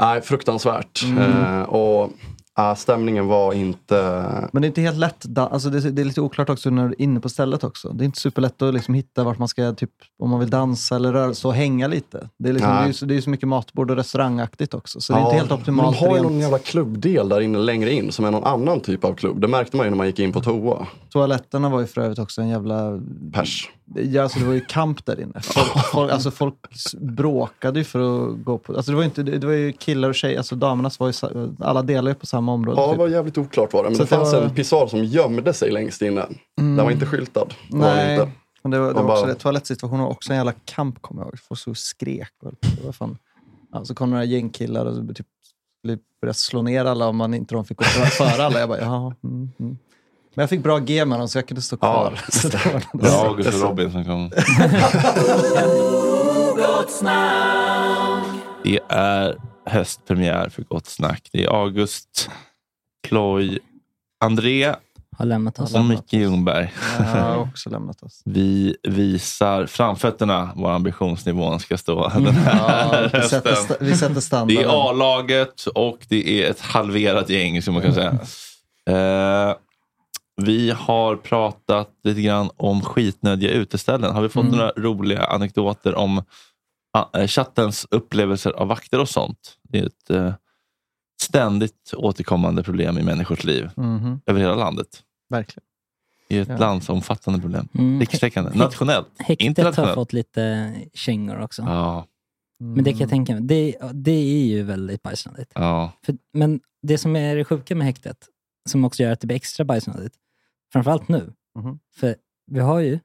[SPEAKER 2] Nej, fruktansvärt. Eh, och eh, stämningen var inte...
[SPEAKER 8] Men det är inte helt lätt. Da- alltså det, det är lite oklart också när du är inne på stället också. Det är inte superlätt att liksom hitta vart man ska, typ, om man vill dansa eller röra sig och hänga lite. Det är, liksom, det
[SPEAKER 2] Nej.
[SPEAKER 8] är, ju så- det är så mycket matbord och restaurangaktigt också. Så det är
[SPEAKER 2] Ja,
[SPEAKER 8] inte helt
[SPEAKER 2] men
[SPEAKER 8] optimalt.
[SPEAKER 2] De har ju
[SPEAKER 8] rent.
[SPEAKER 2] någon jävla klubbdel där inne längre in som är någon annan typ av klubb. Det märkte man ju när man gick in på toa.
[SPEAKER 8] Toaletterna var ju för övrigt också en jävla...
[SPEAKER 2] Pers.
[SPEAKER 8] Ja, alltså det var ju kamp där inne. Folk, folk, alltså folk s- bråkade ju för att gå på... Alltså det, var ju inte, det det var ju killar och tjejer. Alltså damernas var ju... sa- Alla delar ju på samma område.
[SPEAKER 2] Ja, det
[SPEAKER 8] typ.
[SPEAKER 2] var jävligt oklart var det. Men
[SPEAKER 8] Så
[SPEAKER 2] det fanns
[SPEAKER 8] det var- Mm.
[SPEAKER 2] en pissoar som gömde sig längst inne. Den var inte skyltad. Det var den
[SPEAKER 8] Nej,
[SPEAKER 2] inte.
[SPEAKER 8] men det var, det var
[SPEAKER 2] Och bara-
[SPEAKER 8] också det. Toalettsituationen var också en jävla kamp, kommer jag ihåg. Folk stod och skrek. Och det var fan. Ja, så kom några gängkillar och typ skulle börja slå ner alla om man inte de fick gå före före alla. Jag bara, ja. Mm, mm. Men jag fick bra G med dem så jag kunde stå kvar. [LAUGHS] Så det var-
[SPEAKER 1] Det är August och Robin som kommer. Det är höstpremiär för Gott Snack. Det är August, Ploy, André
[SPEAKER 4] Har lämnat oss.
[SPEAKER 1] Och Micke Ljungberg.
[SPEAKER 8] [LAUGHS] Ja, har också lämnat oss.
[SPEAKER 1] Vi visar framfötterna var ambitionsnivån ska stå den här
[SPEAKER 8] Mm. Ja, vi sätter
[SPEAKER 1] hösten.
[SPEAKER 8] sta- vi sätter standarden.
[SPEAKER 1] Det är A-laget och det är ett halverat gäng, som man kan säga.
[SPEAKER 8] Mm.
[SPEAKER 1] Eh, vi har pratat lite grann om skitnödiga uteställen. Har vi fått
[SPEAKER 8] Mm.
[SPEAKER 1] några roliga anekdoter om ah, eh, chattens upplevelser av vakter och sånt? Det är ett eh, ständigt återkommande problem i människors liv
[SPEAKER 8] Mhm.
[SPEAKER 1] över hela landet.
[SPEAKER 8] Verkligen.
[SPEAKER 1] Det är ett
[SPEAKER 4] Ja.
[SPEAKER 1] landsomfattande problem.
[SPEAKER 4] Mm. [LAUGHS]
[SPEAKER 1] Rikstäckande.
[SPEAKER 4] Häkt-
[SPEAKER 1] Nationellt.
[SPEAKER 4] Häktet har
[SPEAKER 1] internationellt.
[SPEAKER 4] fått lite kängor också.
[SPEAKER 1] Ja.
[SPEAKER 4] Men det kan jag tänka mig. Det, det är ju väldigt bajsnödigt.
[SPEAKER 1] Ja.
[SPEAKER 4] För, men det som är det sjuka med häktet, som också gör att det blir extra bajsnödigt, framförallt nu,
[SPEAKER 8] Mhm.
[SPEAKER 4] för vi har ju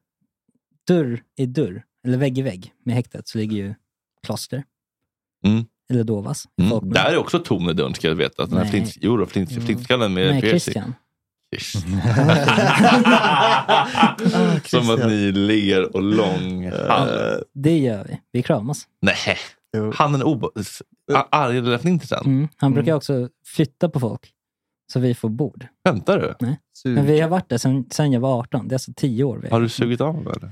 [SPEAKER 4] dörr i dörr, eller vägg i vägg med häktet, så ligger ju kloster,
[SPEAKER 1] Mm.
[SPEAKER 4] eller Dovas.
[SPEAKER 1] Mm. Där är också tom i dörren, ska jag veta. Den här
[SPEAKER 4] Nej.
[SPEAKER 1] flint, jo, då, flint,
[SPEAKER 4] Mm.
[SPEAKER 1] flintskallen med
[SPEAKER 4] Nej,
[SPEAKER 1] piercing.
[SPEAKER 4] Christian. Mm. [LAUGHS]
[SPEAKER 1] [LAUGHS] Christian.
[SPEAKER 4] Ah, Christian.
[SPEAKER 1] Som att ni ler och lång han.
[SPEAKER 4] Det gör vi. Vi kramas.
[SPEAKER 1] Nej. Han är en obo... s- a- Arg lilla flintisen?
[SPEAKER 4] Mm. Han brukar också flytta på folk, så vi får bord.
[SPEAKER 1] Skämtar du?
[SPEAKER 4] Nej. Men vi har varit där sen, sen jag var 18. Det är alltså 10 år. Vi
[SPEAKER 1] Har du sugit av eller?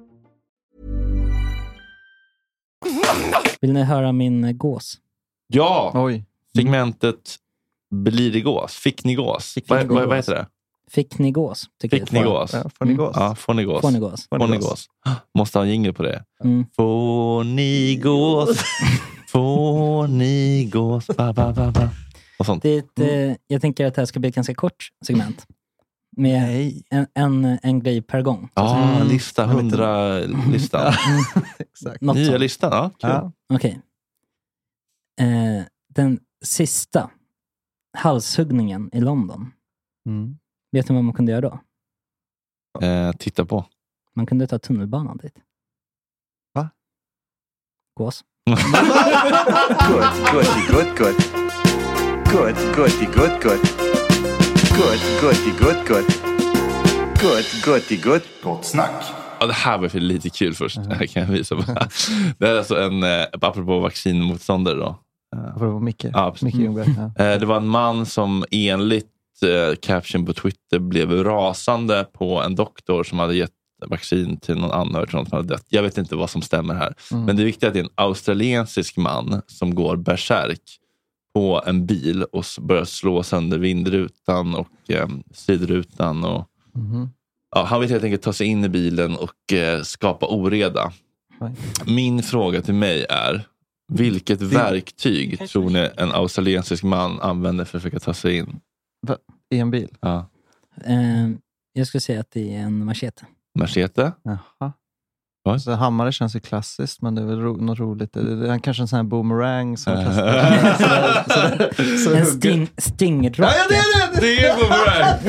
[SPEAKER 4] Vill ni höra min eh, gås?
[SPEAKER 1] Ja! Segmentet Blir det gås? Fick ni gås? Vad,
[SPEAKER 4] gås.
[SPEAKER 1] vad, vad heter det?
[SPEAKER 4] Fick ni gås? tycker
[SPEAKER 1] Fick
[SPEAKER 4] jag.
[SPEAKER 1] ni gås? Ja, får ni gås?
[SPEAKER 4] Mm. Får ni gås?
[SPEAKER 1] Får ni gås? [GASPS] Måste ha en jingle på det.
[SPEAKER 4] Mm.
[SPEAKER 1] Får ni
[SPEAKER 4] [LAUGHS]
[SPEAKER 1] gås? Får ni gås? Ba, ba, ba, ba. Och sånt.
[SPEAKER 4] Det är ett, eh, jag tänker att det här ska bli ett ganska kort segment. Med en, en, en grej per gång.
[SPEAKER 1] Ja,
[SPEAKER 4] Mm.
[SPEAKER 1] lista. Hundra-listan.
[SPEAKER 4] [LAUGHS] Något
[SPEAKER 1] Nya
[SPEAKER 4] sånt.
[SPEAKER 1] listan, ja. Kul.
[SPEAKER 4] Okej. Eh, den sista halshuggningen i London.
[SPEAKER 8] Mm.
[SPEAKER 4] Vet ni vad man kunde göra då?
[SPEAKER 1] Eh, titta på.
[SPEAKER 4] Man kunde ta tunnelbanan dit.
[SPEAKER 8] Va?
[SPEAKER 4] Gås.
[SPEAKER 9] Good, good, good, good. Good, good, good, good. Good, good, good, good. Good, good, good. Gott snack.
[SPEAKER 1] Ja, det här var för lite kul först.
[SPEAKER 8] Mhm.
[SPEAKER 1] Det här kan jag visa. på. det här är alltså en, eh, apropå vaccinmotståndare. Då.
[SPEAKER 8] Apropå Micke.
[SPEAKER 1] Ja, precis.
[SPEAKER 8] Micke Ljungberg. Ja.
[SPEAKER 1] Eh, Det var en man som enligt eh, caption på Twitter blev rasande på en doktor som hade gett vaccin till någon anhörig till någon som hade dött. Jag vet inte vad som stämmer här.
[SPEAKER 8] Mm.
[SPEAKER 1] Men det viktiga är att det är en australiensisk man som går bärsärk på en bil och s- börjar slå sönder vindrutan och eh, sidrutan. Och, ja, han vill helt enkelt ta sig in i bilen och eh, skapa oreda.
[SPEAKER 8] Nej.
[SPEAKER 1] Min fråga till mig är, vilket verktyg tror ni en australiensisk man använder för att försöka ta sig in?
[SPEAKER 8] Va? I en bil?
[SPEAKER 1] Ja.
[SPEAKER 4] Eh, jag skulle säga att det är en machete.
[SPEAKER 1] Machete?
[SPEAKER 8] Jaha. Så hammare känns ju klassiskt, men det är väl ro- något roligt. Det det är kanske en sån här boomerang som kastar. Sådär, sådär, sådär
[SPEAKER 4] en
[SPEAKER 8] hugger.
[SPEAKER 4] sting, stingrocka.
[SPEAKER 8] Ja, ja, det är det! Det är [LAUGHS]
[SPEAKER 4] boomerang!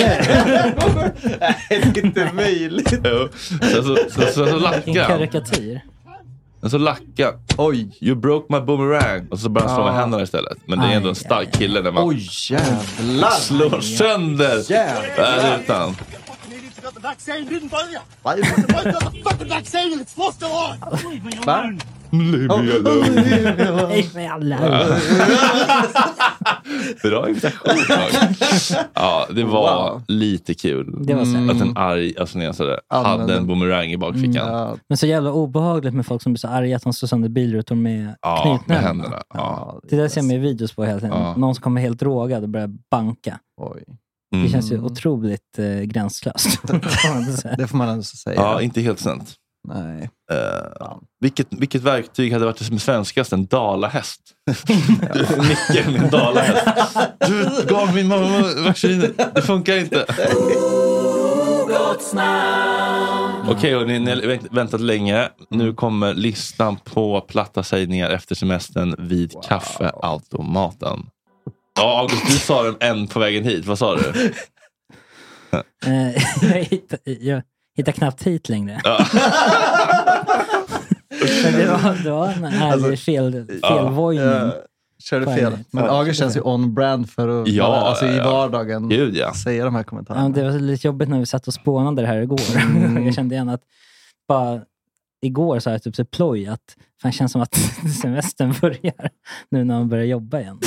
[SPEAKER 8] Nej, det är inte möjligt.
[SPEAKER 1] Jo. Sen så, så, så, så, så
[SPEAKER 4] Vilken
[SPEAKER 1] lackar han.
[SPEAKER 4] karikatyr.
[SPEAKER 1] Men så lackar Oj. You broke my boomerang. Och så börjar han slå med
[SPEAKER 8] Ah.
[SPEAKER 1] händerna istället. Men det är ändå en stark kille när man
[SPEAKER 8] Oj, jävlar.
[SPEAKER 1] slår sönder
[SPEAKER 8] Jävlar.
[SPEAKER 1] värrutan.
[SPEAKER 8] Va?
[SPEAKER 1] Bra imitation.
[SPEAKER 4] [LAUGHS]
[SPEAKER 1] Tage. ja, det var lite kul.
[SPEAKER 4] Det var säkert.
[SPEAKER 1] Att en arg alltså australiensare
[SPEAKER 4] Använde-
[SPEAKER 1] hade en boomerang i bakfickan.
[SPEAKER 4] Men så jävla obehagligt med folk som blir så arga att de slår sönder bilrutor med
[SPEAKER 1] Ja, med
[SPEAKER 4] knytnäven.
[SPEAKER 1] händerna. Ja.
[SPEAKER 4] Det där ser man ju videos på hela tiden.
[SPEAKER 1] Ja.
[SPEAKER 4] Någon som kommer helt drogad och börjar banka.
[SPEAKER 1] Mm.
[SPEAKER 4] Det känns ju otroligt eh,
[SPEAKER 1] [LAUGHS]
[SPEAKER 4] gränslöst.
[SPEAKER 8] Det får man ändå säga.
[SPEAKER 1] Mm. Ja, inte helt sent.
[SPEAKER 8] Nej.
[SPEAKER 1] vilket, vilket verktyg hade varit det som svenskast? En dalahäst. [LAUGHS] Nyckeln i en dalahäst. Du gav min mamma vaccinet. Det funkar inte. Okej, hörni, ni har vänt- väntat länge. Nu kommer listan på platta sägningar efter semestern vid kaffeautomaten. Ja, August, du sa den en på vägen hit. Vad sa
[SPEAKER 8] Mm.
[SPEAKER 1] du?
[SPEAKER 4] Eh, jag, hittar, jag hittar knappt hit längre.
[SPEAKER 1] Ja.
[SPEAKER 4] [LAUGHS] Men det var, det var en
[SPEAKER 1] Alltså,
[SPEAKER 4] ärlig fel, felvojning.
[SPEAKER 8] Ja. Körde
[SPEAKER 4] På
[SPEAKER 8] fel.
[SPEAKER 4] en-
[SPEAKER 8] Men
[SPEAKER 4] Ja.
[SPEAKER 8] Ager känns ju on-brand för att
[SPEAKER 1] Ja,
[SPEAKER 8] bara, alltså, i
[SPEAKER 1] ja, ja.
[SPEAKER 8] vardagen
[SPEAKER 1] Gud, ja.
[SPEAKER 8] säga de här kommentarerna.
[SPEAKER 4] Ja, men det var lite jobbigt när vi satt och spånade det här igår. [LAUGHS]
[SPEAKER 8] Mm.
[SPEAKER 4] jag kände igen att bara igår sa jag typ så ploj att fan, det känns som att [LAUGHS] semestern börjar nu när man börjar jobba igen.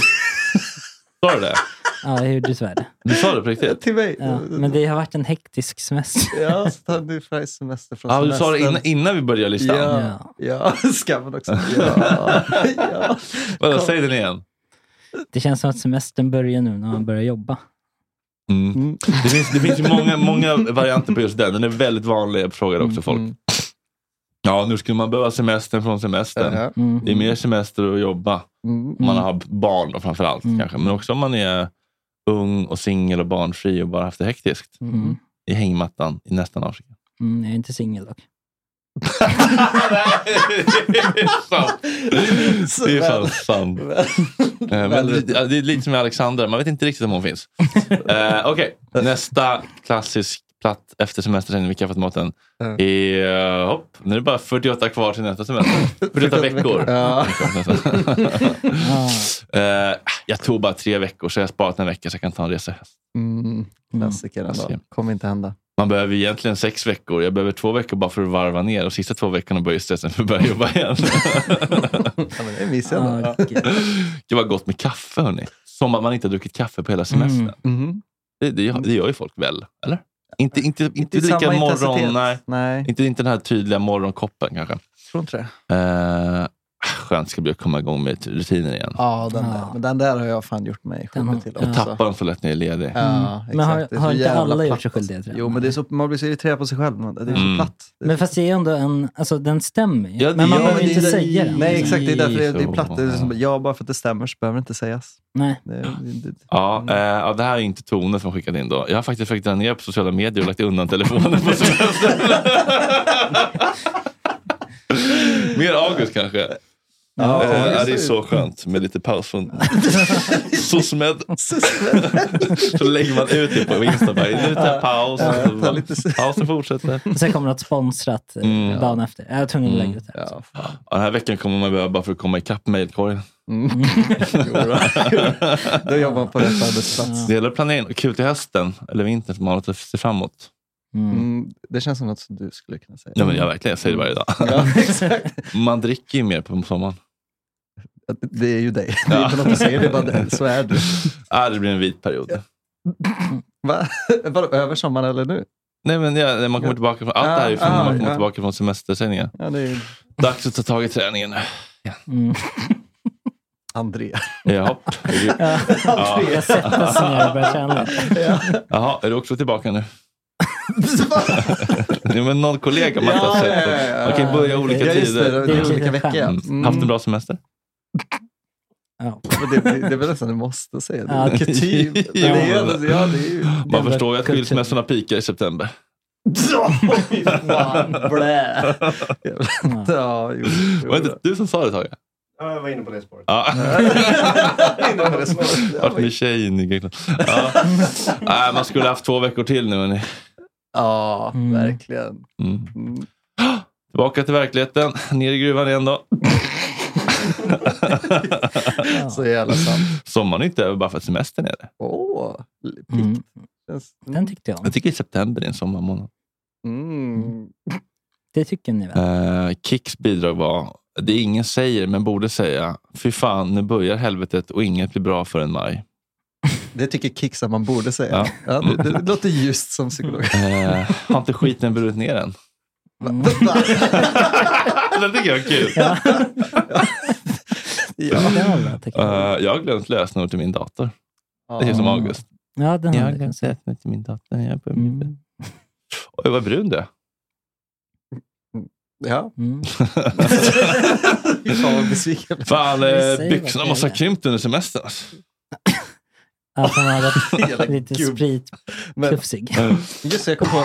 [SPEAKER 1] Sa du det?
[SPEAKER 4] Ja, jag gjorde tyvärr det.
[SPEAKER 1] Du sa det på riktigt?
[SPEAKER 8] Till mig?
[SPEAKER 4] Ja, men det har varit en hektisk semester.
[SPEAKER 8] Ja, så tar du från semester från
[SPEAKER 1] Ja, du sa det
[SPEAKER 8] semestern.
[SPEAKER 1] innan, innan vi började listan.
[SPEAKER 8] Ja, ja. skammen också. Ja. ja.
[SPEAKER 1] Vadå, säg den igen.
[SPEAKER 4] Det känns som att semestern börjar nu när man börjar jobba.
[SPEAKER 1] Mm. Det finns, det finns ju många, många varianter på just den. Den är väldigt vanlig. Jag frågar också folk. Ja, nu skulle man behöva semestern från semestern.
[SPEAKER 8] Ja.
[SPEAKER 1] Det är mer semester att jobba.
[SPEAKER 8] Mm.
[SPEAKER 1] Om man har barn då framför allt.
[SPEAKER 8] Mm.
[SPEAKER 1] Kanske. Men också om man är ung och singel och barnfri och bara haft det hektiskt.
[SPEAKER 4] Mm.
[SPEAKER 1] I hängmattan i nästan Afrika.
[SPEAKER 4] Mm, jag är inte singel dock.
[SPEAKER 1] Det är fan sant. Eh, Men det, ja, det är lite som med Alexandra, man vet inte riktigt om hon finns. Eh, Okej, nästa klassisk platt efter semestern vid kaffeautomaten är... eh, hopp, nu är det bara 48 kvar till nästa semester. 48 veckor.
[SPEAKER 8] Ja.
[SPEAKER 1] Eh, jag tog bara tre veckor, så jag har sparat en vecka så jag kan ta en resa.
[SPEAKER 8] Mm. Klassiker ändå. Kommer inte hända.
[SPEAKER 1] Man behöver egentligen sex veckor. Jag behöver två veckor bara för att varva ner. De sista två veckorna börjar ju stressen för att börja jobba igen. [LAUGHS]
[SPEAKER 8] Ja, men det är mysigt ändå.
[SPEAKER 1] Det var gott med kaffe, hörni. Som att man inte har druckit kaffe på hela semestern.
[SPEAKER 8] Mhm.
[SPEAKER 1] Det, det, det gör ju folk väl, eller? Inte, inte, inte,
[SPEAKER 8] Inte i
[SPEAKER 1] dricka
[SPEAKER 8] samma
[SPEAKER 1] morgon...
[SPEAKER 8] intensitet.
[SPEAKER 1] Nej.
[SPEAKER 8] Nej.
[SPEAKER 1] Inte, inte den här tydliga morgonkoppen kanske.
[SPEAKER 8] Tror inte det.
[SPEAKER 1] Eh, skönt ska bli att komma igång med rutiner igen.
[SPEAKER 8] Ja, alltså. den där. Men den där har jag fan gjort mig skyldig till också.
[SPEAKER 1] Jag tappar den så lätt när jag är ledig.
[SPEAKER 8] Ja, exakt.
[SPEAKER 4] Men har-
[SPEAKER 8] Det är så
[SPEAKER 4] har inte
[SPEAKER 8] jävla
[SPEAKER 4] alla gjort
[SPEAKER 8] platt
[SPEAKER 4] sig skyldiga
[SPEAKER 8] alltså.
[SPEAKER 4] till det?
[SPEAKER 8] Jo, men det är så, man blir så irriterad på sig själv. Man- Det är så
[SPEAKER 1] Mm.
[SPEAKER 8] platt.
[SPEAKER 4] Men fast det är ändå en, alltså den stämmer ju.
[SPEAKER 8] Ja,
[SPEAKER 4] men man
[SPEAKER 8] ja,
[SPEAKER 4] behöver
[SPEAKER 8] men
[SPEAKER 4] inte
[SPEAKER 8] det-
[SPEAKER 4] säga den.
[SPEAKER 8] Nej, exakt. Det är därför det är, det är
[SPEAKER 1] Så,
[SPEAKER 8] platt. Det är liksom, ja, bara för att det stämmer så behöver det inte sägas.
[SPEAKER 4] Nej.
[SPEAKER 8] Det, det, det.
[SPEAKER 1] Ja, eh, ja, det här är inte Tone som skickat in då. Jag har faktiskt försökt dra ner på sociala medier och lagt undan telefonen på semestern.
[SPEAKER 8] [LAUGHS]
[SPEAKER 1] Mer August kanske.
[SPEAKER 8] Ja,
[SPEAKER 1] Eh,
[SPEAKER 8] August
[SPEAKER 1] ja, det
[SPEAKER 8] är-
[SPEAKER 1] är så skönt med lite paus från SOSMED. så lägger man ut det på Insta. Bara, nu tar jag paus. Pausen fortsätter.
[SPEAKER 4] Och Sen kommer något sponsrat eh,
[SPEAKER 1] Mm.
[SPEAKER 4] dagen efter. Jag var tvungen att
[SPEAKER 1] Mm.
[SPEAKER 4] lägga ut det. här.
[SPEAKER 1] Ja, Den här veckan kommer man behöva bara för att komma
[SPEAKER 8] [LAUGHS]
[SPEAKER 1] ikapp [LAUGHS] mejlkorgen.
[SPEAKER 8] Då jobbar man på rätt arbetsplats.
[SPEAKER 1] Det gäller att planera in. Kul till hösten eller vintern som man har att se fram emot.
[SPEAKER 8] Mm. Det känns som något som du skulle kunna säga.
[SPEAKER 1] Ja, men jag verkligen, jag säger det varje dag. [LAUGHS]
[SPEAKER 8] Ja, exakt.
[SPEAKER 1] Man dricker ju mer på sommaren.
[SPEAKER 8] Det är ju dig. Det är inte något du säger, det är bara det. så är du.
[SPEAKER 1] [LAUGHS] Ja, det blir en vit period.
[SPEAKER 8] Va? [LAUGHS] Vadå, över sommaren eller nu?
[SPEAKER 1] Nej, men ja, när man kommer tillbaka från, allt det här är ju från
[SPEAKER 8] Ah,
[SPEAKER 1] när man
[SPEAKER 8] ah,
[SPEAKER 1] kommer
[SPEAKER 8] ja.
[SPEAKER 1] tillbaka från semestersändningar.
[SPEAKER 8] Ja, det är... Mm.
[SPEAKER 1] Dags att ta tag i träningen nu.
[SPEAKER 8] [LAUGHS] André.
[SPEAKER 1] Jaha. Är du-
[SPEAKER 8] Ja,
[SPEAKER 1] Ja.
[SPEAKER 8] André sätter sig ner och börjar träna.
[SPEAKER 1] Jaha, är du också
[SPEAKER 8] [LAUGHS]
[SPEAKER 1] tillbaka nu? Jo, men någon kollega man inte har
[SPEAKER 8] Ja,
[SPEAKER 1] sett.
[SPEAKER 8] ja, ja, ja.
[SPEAKER 1] Man kan ju börja
[SPEAKER 8] Ja,
[SPEAKER 1] olika
[SPEAKER 8] just det,
[SPEAKER 1] tider.
[SPEAKER 8] det är Det är olika lite veckor, ja.
[SPEAKER 1] Mm.
[SPEAKER 8] Mm.
[SPEAKER 1] Haft en bra semester?
[SPEAKER 8] Men Det, det, det är väl nästan du måste [LAUGHS] säga. Det
[SPEAKER 1] [LAUGHS] Ja.
[SPEAKER 4] typ.
[SPEAKER 8] är kutym. Men det är ju ändå- ja, det är ju...
[SPEAKER 1] [LAUGHS] Man förstår ju att skilsmässorna pikar i september.
[SPEAKER 8] Blä! Ja, jo.
[SPEAKER 1] Var det inte du som sa det Tage?
[SPEAKER 7] Ja, jag var inne på det spåret.
[SPEAKER 8] [LAUGHS]
[SPEAKER 1] Ja.
[SPEAKER 7] inne på det spåret.
[SPEAKER 1] Vart med tjej in i Grekland.
[SPEAKER 8] [LAUGHS]
[SPEAKER 1] Ja. Nej, man
[SPEAKER 8] Mm.
[SPEAKER 1] skulle haft två veckor till nu. hörni.
[SPEAKER 8] Ja, verkligen.
[SPEAKER 1] Mm. Tillbaka till verkligheten. Ner i gruvan igen då.
[SPEAKER 8] [LAUGHS] Så jävla sant.
[SPEAKER 1] Sommaren är inte över bara för att semestern är det.
[SPEAKER 8] Åh,
[SPEAKER 1] Mm.
[SPEAKER 4] Den tyckte jag om.
[SPEAKER 1] Jag tycker september är en sommarmånad.
[SPEAKER 8] Mm.
[SPEAKER 4] Det tycker ni väl?
[SPEAKER 1] Eh, Kicks bidrag var, det ingen säger men borde säga, fy fan nu börjar helvetet och inget blir bra förrän maj.
[SPEAKER 8] Det tycker Kicks att man borde säga.
[SPEAKER 1] Ja.
[SPEAKER 8] Ja. det, det låter ljust som psykolog.
[SPEAKER 1] Eh, har inte skiten brutit ner än? [LAUGHS] det tycker jag är kul.
[SPEAKER 4] Ja. Det var bra, tycker
[SPEAKER 1] Eh, jag har glömt lösenord till min dator. Det är som
[SPEAKER 4] Ja.
[SPEAKER 1] August.
[SPEAKER 4] Ja, den
[SPEAKER 1] jag
[SPEAKER 4] har
[SPEAKER 1] har
[SPEAKER 4] du
[SPEAKER 1] glömt
[SPEAKER 4] kanske.
[SPEAKER 1] lösenord till min dator. Jag börjar mm. Oj, vad brun du är.
[SPEAKER 8] Ja.
[SPEAKER 4] Mm.
[SPEAKER 8] Fan vad besviken
[SPEAKER 1] Fan, [LAUGHS]
[SPEAKER 8] Vi
[SPEAKER 1] eh,
[SPEAKER 8] säger vad
[SPEAKER 1] byxorna
[SPEAKER 8] det
[SPEAKER 1] måste
[SPEAKER 8] är.
[SPEAKER 1] ha krympt under semestern. Alltså.
[SPEAKER 4] Att han
[SPEAKER 8] Hela [LAUGHS]
[SPEAKER 4] hade [LAUGHS] lite
[SPEAKER 8] gubb.
[SPEAKER 4] sprit.
[SPEAKER 8] Men-
[SPEAKER 4] Tufsig.
[SPEAKER 8] Just det, jag kom på.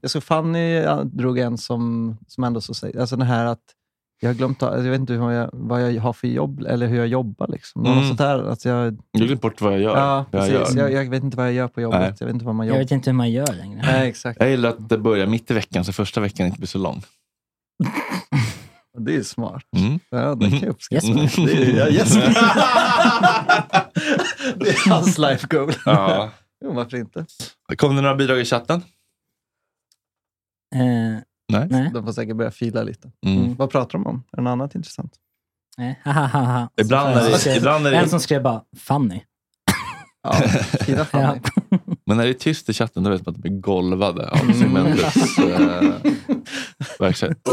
[SPEAKER 8] Jag såg Fanny ja, drog en som, som ändå så säger, alltså den här att jag har glömt, ta- jag vet inte hur jag, vad jag har för jobb eller hur jag jobbar. Liksom. Något
[SPEAKER 1] Mm.
[SPEAKER 8] sånt där, att jag,
[SPEAKER 1] Jag har glömt bort vad jag gör.
[SPEAKER 8] ja,
[SPEAKER 1] Vad
[SPEAKER 8] precis.
[SPEAKER 1] jag
[SPEAKER 8] jag,
[SPEAKER 1] gör.
[SPEAKER 8] Jag, vet inte vad jag gör på jobbet.
[SPEAKER 1] Nej.
[SPEAKER 8] Jag vet inte vad man
[SPEAKER 4] Jag
[SPEAKER 8] jobbar.
[SPEAKER 4] vet inte hur man gör längre.
[SPEAKER 8] Nej, exakt.
[SPEAKER 1] Jag gillar att det börjar mitt i veckan så första veckan inte blir så lång.
[SPEAKER 8] Det är smart.
[SPEAKER 1] Mm.
[SPEAKER 8] Ja, det kan jag uppskatta.
[SPEAKER 1] Mm.
[SPEAKER 8] Det är, ja, yes. [LAUGHS] det är hans life goal.
[SPEAKER 1] [LAUGHS] Ja.
[SPEAKER 8] Jo, varför inte?
[SPEAKER 1] Kom det några bidrag i chatten?
[SPEAKER 4] Eh,
[SPEAKER 1] Nej.
[SPEAKER 8] De får säkert börja fila lite.
[SPEAKER 1] Mm.
[SPEAKER 8] Vad pratar de om? Är det något annat intressant?
[SPEAKER 4] Nej. Ha, ha, ha, ha.
[SPEAKER 1] Ibland
[SPEAKER 4] Så
[SPEAKER 1] är det-
[SPEAKER 4] jag skrev-
[SPEAKER 1] ibland är det-
[SPEAKER 4] En som skrev bara
[SPEAKER 8] [LAUGHS]
[SPEAKER 4] Fanny. Ja.
[SPEAKER 1] Men när det är tyst i chatten då vet man att de blir golvade
[SPEAKER 8] Mm.
[SPEAKER 1] av
[SPEAKER 8] [LAUGHS]
[SPEAKER 1] Cementus eh, verksamhet.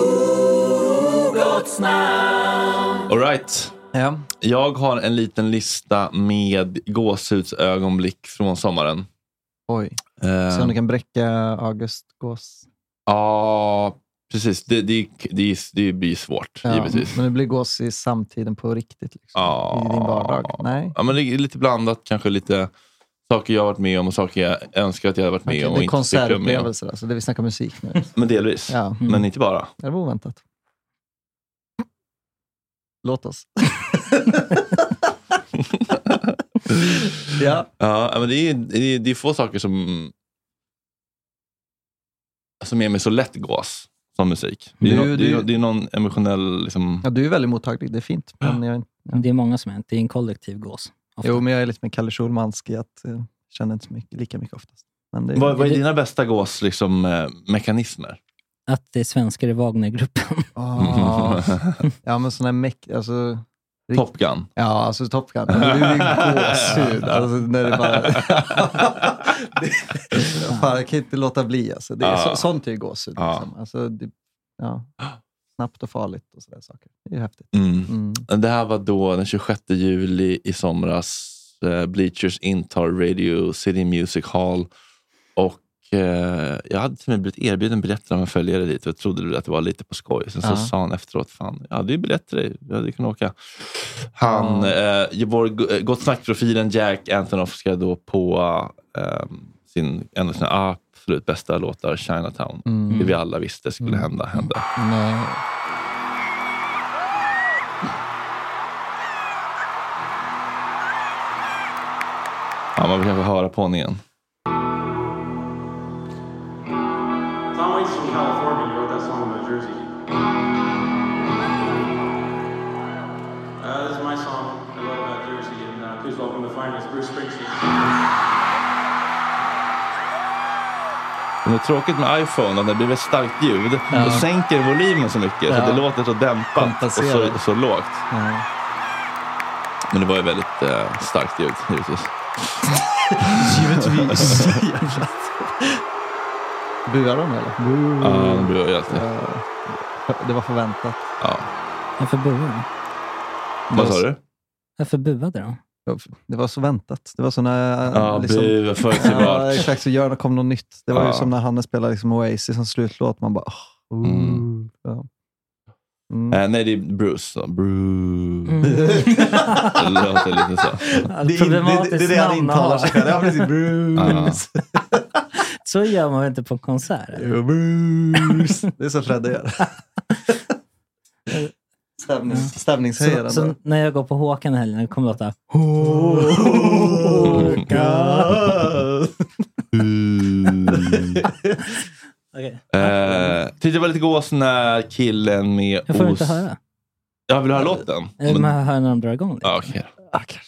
[SPEAKER 1] All right.
[SPEAKER 8] Ja.
[SPEAKER 1] Jag har en liten lista med gåshudsögonblick från sommaren.
[SPEAKER 8] Oj.
[SPEAKER 1] Eh,
[SPEAKER 8] Så om du kan bräcka August Gås.
[SPEAKER 1] Ja, precis. Det, det, det, det blir svårt, givetvis.
[SPEAKER 8] Men det blir gås i samtiden på riktigt. Liksom.
[SPEAKER 1] Ja.
[SPEAKER 8] I din vardag. Nej.
[SPEAKER 1] Ja, men det är lite blandat, kanske lite saker jag har varit med om och saker jag önskar att jag hade varit med
[SPEAKER 8] Okej,
[SPEAKER 1] om.
[SPEAKER 8] det
[SPEAKER 1] och
[SPEAKER 8] är
[SPEAKER 1] inte fick vara med om.
[SPEAKER 8] konsertupplevelser, alltså det vi snackar musik nu.
[SPEAKER 1] Men delvis.
[SPEAKER 8] Ja.
[SPEAKER 1] Men inte bara.
[SPEAKER 8] Det var oväntat. Låt
[SPEAKER 1] [LAUGHS]
[SPEAKER 8] oss. ja.
[SPEAKER 1] Ja, men det är, det, är, det är få saker som, som ger mig så lätt gås som musik. Det är,
[SPEAKER 8] Du-
[SPEAKER 1] nå- det är,
[SPEAKER 8] du-
[SPEAKER 1] det är någon emotionell... Liksom,
[SPEAKER 8] ja, du är väldigt mottaglig. Det är fint. Men jag,
[SPEAKER 4] Det är många som är Det är en kollektiv gås. ofta.
[SPEAKER 8] jo, men jag är lite med Kalle Schulmansk i att eh, känner inte så mycket, lika mycket oftast. Men det,
[SPEAKER 1] vad, vad är dina bästa gås, liksom, eh, mekanismer?
[SPEAKER 4] Att det är svenskar i Wagnergruppen. [LAUGHS]
[SPEAKER 8] Ah. [LAUGHS] ja, men sån här meck... Alltså, rikt-
[SPEAKER 1] [LAUGHS] Top Gun.
[SPEAKER 8] Ja, alltså Top Gun. Men [LAUGHS] Det är ju
[SPEAKER 1] [LAUGHS]
[SPEAKER 8] gåshud. Alltså, när det bara... [LAUGHS] det, fan, jag kan inte låta bli. Alltså. Det är,
[SPEAKER 1] Ja.
[SPEAKER 8] så, sånt är ju gåshud.
[SPEAKER 1] Ja.
[SPEAKER 8] Liksom. Alltså, det, ja. Snabbt och farligt och sådär saker. Det är ju häftigt.
[SPEAKER 1] Mm. Det här var då den 26 juli i somras. eh, Bleachers intar Radio City Music Hall. Och eh, Jag hade till och med blivit erbjuden biljetter av en följare dit. Jag trodde väl att det var lite på skoj. Sen så
[SPEAKER 8] Ja.
[SPEAKER 1] sa han efteråt, fan, jag hade ju biljetter till dig. Jag hade kunnat åka. Han, eh, vår go- eh, Gott snack-profilen Jack Antonoff ska då på eh, sin, en av sina absolut bästa låtar, Chinatown.
[SPEAKER 8] Mm.
[SPEAKER 1] Det vi alla visste skulle hända, hände.
[SPEAKER 8] Nej.
[SPEAKER 1] Ja, man vill kanske höra på honom igen.
[SPEAKER 10] Tom Waits from California. He wrote that song in New Jersey. Uh, this is my song. I love about Jersey. And uh, please welcome the finest, Bruce Springsteen.
[SPEAKER 1] Men det är tråkigt med iPhone att när det blir ett starkt ljud
[SPEAKER 8] Ja.
[SPEAKER 1] då sänker volymen så mycket så
[SPEAKER 8] Ja.
[SPEAKER 1] att det låter så dämpat och så,
[SPEAKER 8] Kompenserar.
[SPEAKER 1] så lågt.
[SPEAKER 8] Ja.
[SPEAKER 1] Men det var ju väldigt eh, starkt ljud givetvis.
[SPEAKER 8] [LAUGHS]
[SPEAKER 1] [LAUGHS]
[SPEAKER 8] Givetvis. Buar de eller? Eh,
[SPEAKER 1] Ja, de buar ju alltid.
[SPEAKER 8] Ja. Det var förväntat.
[SPEAKER 1] Ja.
[SPEAKER 4] Varför buade
[SPEAKER 1] Vad sa du?
[SPEAKER 4] Varför buade de?
[SPEAKER 8] Det var så väntat. Det var så när... eh,
[SPEAKER 1] Ja, bu, förutsägbart.
[SPEAKER 8] Ja, exakt. Så gör, kom något nytt. Det var
[SPEAKER 1] Ja.
[SPEAKER 8] ju som när Hanne spelade liksom Oasis som slutlåt. Man bara... Oh, oh.
[SPEAKER 1] Mm.
[SPEAKER 8] Ja.
[SPEAKER 1] Eh, nej, det är Bruce. då. Bruce.
[SPEAKER 8] Mm.
[SPEAKER 1] [LAUGHS] det låter lite så.
[SPEAKER 8] Det är-
[SPEAKER 4] Problematiskt
[SPEAKER 8] det- det är det han
[SPEAKER 4] namn att
[SPEAKER 8] intalar
[SPEAKER 4] ha.
[SPEAKER 8] sig själv. Ja, [LAUGHS] precis. Bruce.
[SPEAKER 4] Så gör man väl inte på en konsert?
[SPEAKER 8] Jo, Bruce. Det är så Fredde gör. [LAUGHS] Stämnings,
[SPEAKER 4] Så,
[SPEAKER 8] stämningshöjande.
[SPEAKER 4] så när jag går på Håkan i helgen kommer det låta
[SPEAKER 8] Håkan.
[SPEAKER 1] Eh, Tyckte det var lite gås när killen med
[SPEAKER 4] Jag får inte höra.
[SPEAKER 1] Jag vill du höra låten.
[SPEAKER 4] Men... Man hör när de drar igång. liksom.
[SPEAKER 1] Ja, okej.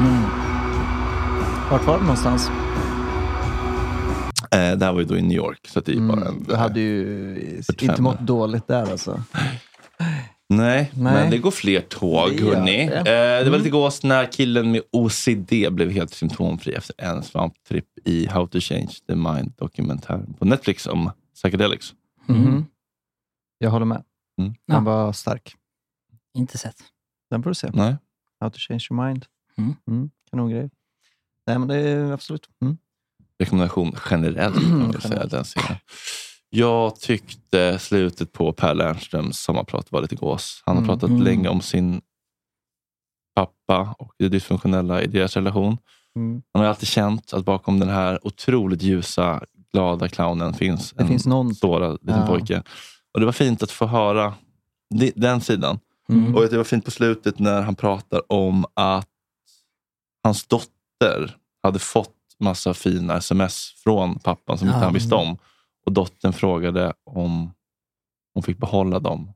[SPEAKER 4] Mm.
[SPEAKER 8] Vart var det någonstans?
[SPEAKER 1] Eh, det här var ju då i New York. Så det är ju bara en,
[SPEAKER 8] Mm, Du hade ju inte mått dåligt där alltså.
[SPEAKER 1] Nej,
[SPEAKER 8] Nej.
[SPEAKER 1] men det går fler tåg,
[SPEAKER 8] Det gör
[SPEAKER 1] hörni.
[SPEAKER 8] det.
[SPEAKER 1] Eh, det var
[SPEAKER 8] Mm.
[SPEAKER 1] lite gås när killen med OCD blev helt symptomfri efter en svamptripp i How to change the mind-dokumentären på Netflix om psychedelics.
[SPEAKER 4] Mm.
[SPEAKER 8] Mhm. Jag håller med.
[SPEAKER 1] Mm.
[SPEAKER 8] Den var stark.
[SPEAKER 4] Inte sett.
[SPEAKER 8] Den får du se.
[SPEAKER 1] Nej.
[SPEAKER 8] How to change your mind.
[SPEAKER 4] Mm.
[SPEAKER 8] Kanongrej. Nej, men det är absolut. Mm.
[SPEAKER 1] Rekommendation generellt. kan man väl säga, den serien. Jag tyckte slutet på Per Lernströms sommarprat var lite gås. Han har
[SPEAKER 8] Mm.
[SPEAKER 1] pratat
[SPEAKER 8] Mm.
[SPEAKER 1] länge om sin pappa och det dysfunktionella i deras relation.
[SPEAKER 8] Mm.
[SPEAKER 1] Han har alltid känt att bakom den här otroligt ljusa, glada clownen finns
[SPEAKER 8] Det
[SPEAKER 1] en
[SPEAKER 8] finns någon.
[SPEAKER 1] sårad liten
[SPEAKER 8] Ja.
[SPEAKER 1] pojke. Och det var fint att få höra de- den sidan.
[SPEAKER 8] Mm.
[SPEAKER 1] Och det var fint på slutet när han pratar om att hans dotter hade fått massa fina sms från pappan som inte
[SPEAKER 8] Ja.
[SPEAKER 1] han visste om. Och dottern frågade om hon fick behålla dem.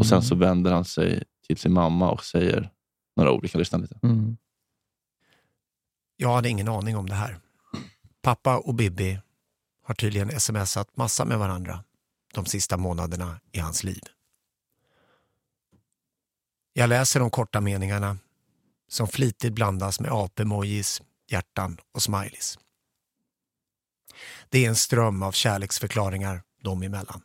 [SPEAKER 1] Och sen
[SPEAKER 8] Mm.
[SPEAKER 1] så vänder han sig till sin mamma och säger några ord. Vi kan lyssna lite.
[SPEAKER 8] Mm.
[SPEAKER 11] Jag hade ingen aning om det här. Pappa och Bibi har tydligen smsat massa med varandra de sista månaderna i hans liv. Jag läser de korta meningarna som flitigt blandas med apemojis, hjärtan och smileys. Det är en ström av kärleksförklaringar dem emellan.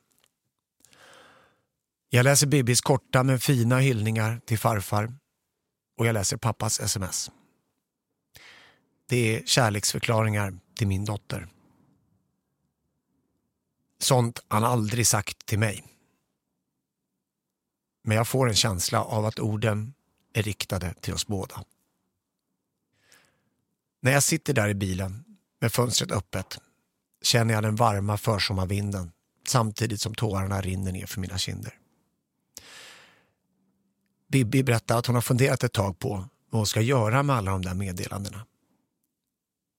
[SPEAKER 11] Jag läser Bibis korta men fina hyllningar till farfar och jag läser pappas sms. Det är kärleksförklaringar till min dotter. Sånt han aldrig sagt till mig. Men jag får en känsla av att orden är riktade till oss båda. När jag sitter där i bilen med fönstret öppet känner jag den varma försommarvinden samtidigt som tårarna rinner ner för mina kinder. Bibi berättar att hon har funderat ett tag på vad hon ska göra med alla de där meddelandena.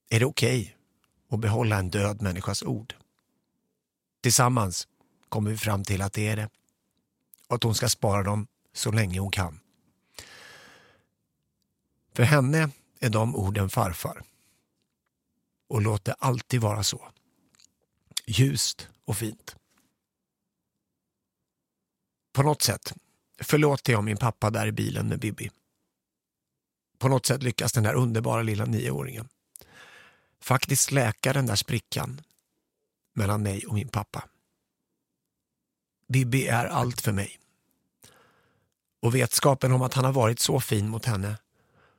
[SPEAKER 11] Är det okej att behålla en död människas ord? Tillsammans kommer vi fram till att det är det och att hon ska spara dem så länge hon kan. För henne är de orden farfar. Och låt det alltid vara så. Ljust och fint. På något sätt förlåter jag min pappa där i bilen med Bibi. På något sätt lyckas den där underbara lilla nioåringen faktiskt läka den där sprickan mellan mig och min pappa. Bibi är allt för mig. Och vetskapen om att han har varit så fin mot henne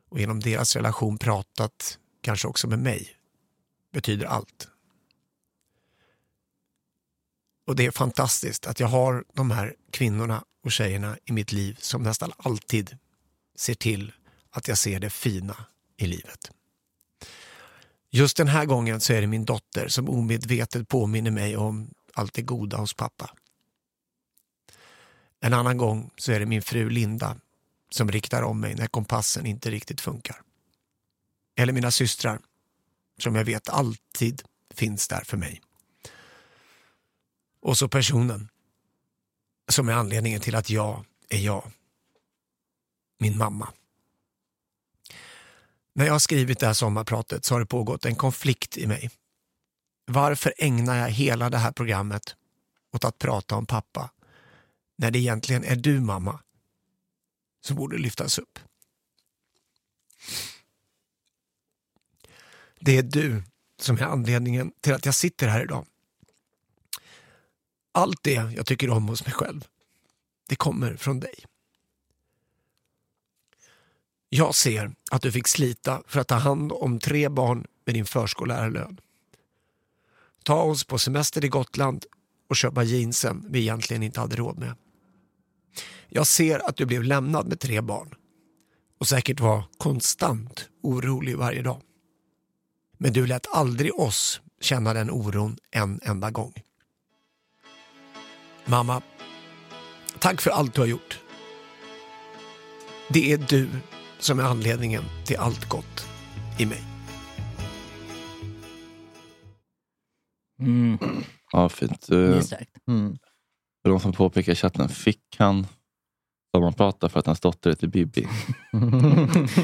[SPEAKER 11] och genom deras relation pratat, kanske också med mig, betyder allt. Och det är fantastiskt att jag har de här kvinnorna och tjejerna i mitt liv som nästan alltid ser till att jag ser det fina i livet. Just den här gången så är det min dotter som omedvetet påminner mig om allt det goda hos pappa. En annan gång så är det min fru Linda som riktar om mig när kompassen inte riktigt funkar. Eller mina systrar som jag vet alltid finns där för mig. Och så personen som är anledningen till att jag är jag. Min mamma. När jag har skrivit det här sommarpratet så har det pågått en konflikt i mig. Varför ägnar jag hela det här programmet åt att prata om pappa när det egentligen är du, mamma, som borde lyftas upp? Det är du som är anledningen till att jag sitter här idag. Allt det jag tycker om hos mig själv, det kommer från dig. Jag ser att du fick slita för att ta hand om tre barn med din förskollärarlön. ta oss på semester till Gotland och köpa jeansen vi egentligen inte hade råd med. Jag ser att du blev lämnad med tre barn och säkert var konstant orolig varje dag. Men du lät aldrig oss känna den oron en enda gång. Mamma, tack för allt du har gjort. Det är du som är anledningen till allt gott i mig.
[SPEAKER 1] Eh.
[SPEAKER 4] Mm.
[SPEAKER 1] Ja, fint. Eh,
[SPEAKER 4] Minst sagt.
[SPEAKER 1] För de som påpekar i chatten, fick han sommarprata för att hans dotter heter Bibi?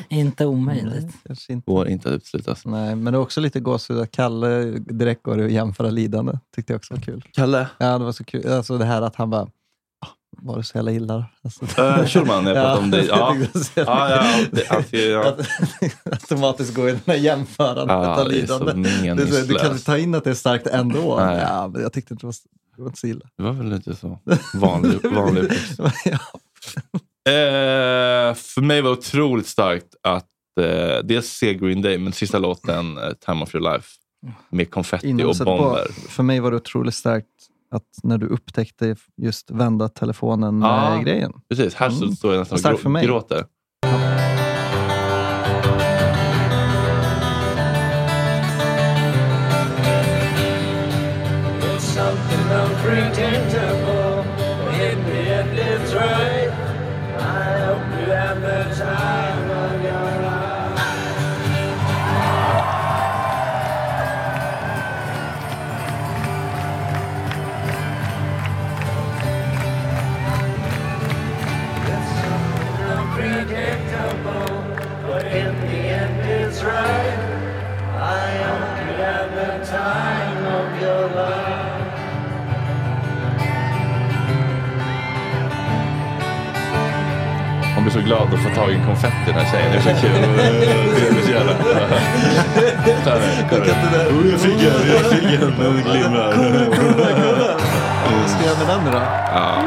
[SPEAKER 4] Inte omöjligt.
[SPEAKER 8] Kanske inte.
[SPEAKER 1] Går inte att utesluta.
[SPEAKER 8] Nej, men det är också lite gåshud att Kalle direkt går och jämföra lidande. Tyckte jag också var kul.
[SPEAKER 1] Kalle?
[SPEAKER 8] Ja, det var så kul. Alltså det här att han bara, "Ah, var det så jävla illa då?" alltså.
[SPEAKER 1] Äh, Schulman, jag pratade
[SPEAKER 8] [LAUGHS]
[SPEAKER 1] om dig. Ja,
[SPEAKER 8] jag tyckte det var så
[SPEAKER 1] ja,
[SPEAKER 8] jävla
[SPEAKER 1] ja,
[SPEAKER 8] kul.
[SPEAKER 1] det, alltså, ja.
[SPEAKER 8] Automatiskt går i den här jämförandet
[SPEAKER 1] Ja,
[SPEAKER 8] av
[SPEAKER 1] det är så
[SPEAKER 8] lidande. Det är så-
[SPEAKER 1] meningslöst.
[SPEAKER 8] du kan inte ta in att det är starkt ändå.
[SPEAKER 1] Nej.
[SPEAKER 8] Ja, men jag tyckte inte det var, det var inte så illa.
[SPEAKER 1] Det var väl lite [LAUGHS] så. Vanlig, vanlig uppväxt. [LAUGHS] eh, För mig var det otroligt starkt att eh, dels se Green Day, men sista låten, eh, Time of your life, med konfetti och
[SPEAKER 8] Innan vi
[SPEAKER 1] bomber.
[SPEAKER 8] sätter På, för mig var det otroligt starkt att när du upptäckte just vända eh,
[SPEAKER 1] Ja,
[SPEAKER 8] telefonen-grejen.
[SPEAKER 1] Precis, här så står jag nästan och
[SPEAKER 8] Mm. Starkt
[SPEAKER 1] grå-
[SPEAKER 8] för mig.
[SPEAKER 1] gråter.
[SPEAKER 3] It's something unpredictable, hit me in Detroit. I hope you have the time of your life. Unpredictable, but in the end it's right. I hope you have the time of your life.
[SPEAKER 1] Man blir så glad att få tag i en konfetti den här tjejen. Det är så kul. Det är så jävla... Kolla här, kolla här. Jo, Jag fick en, jag fick en. Den glimrar.
[SPEAKER 8] Ska jag med den idag?
[SPEAKER 1] Ja.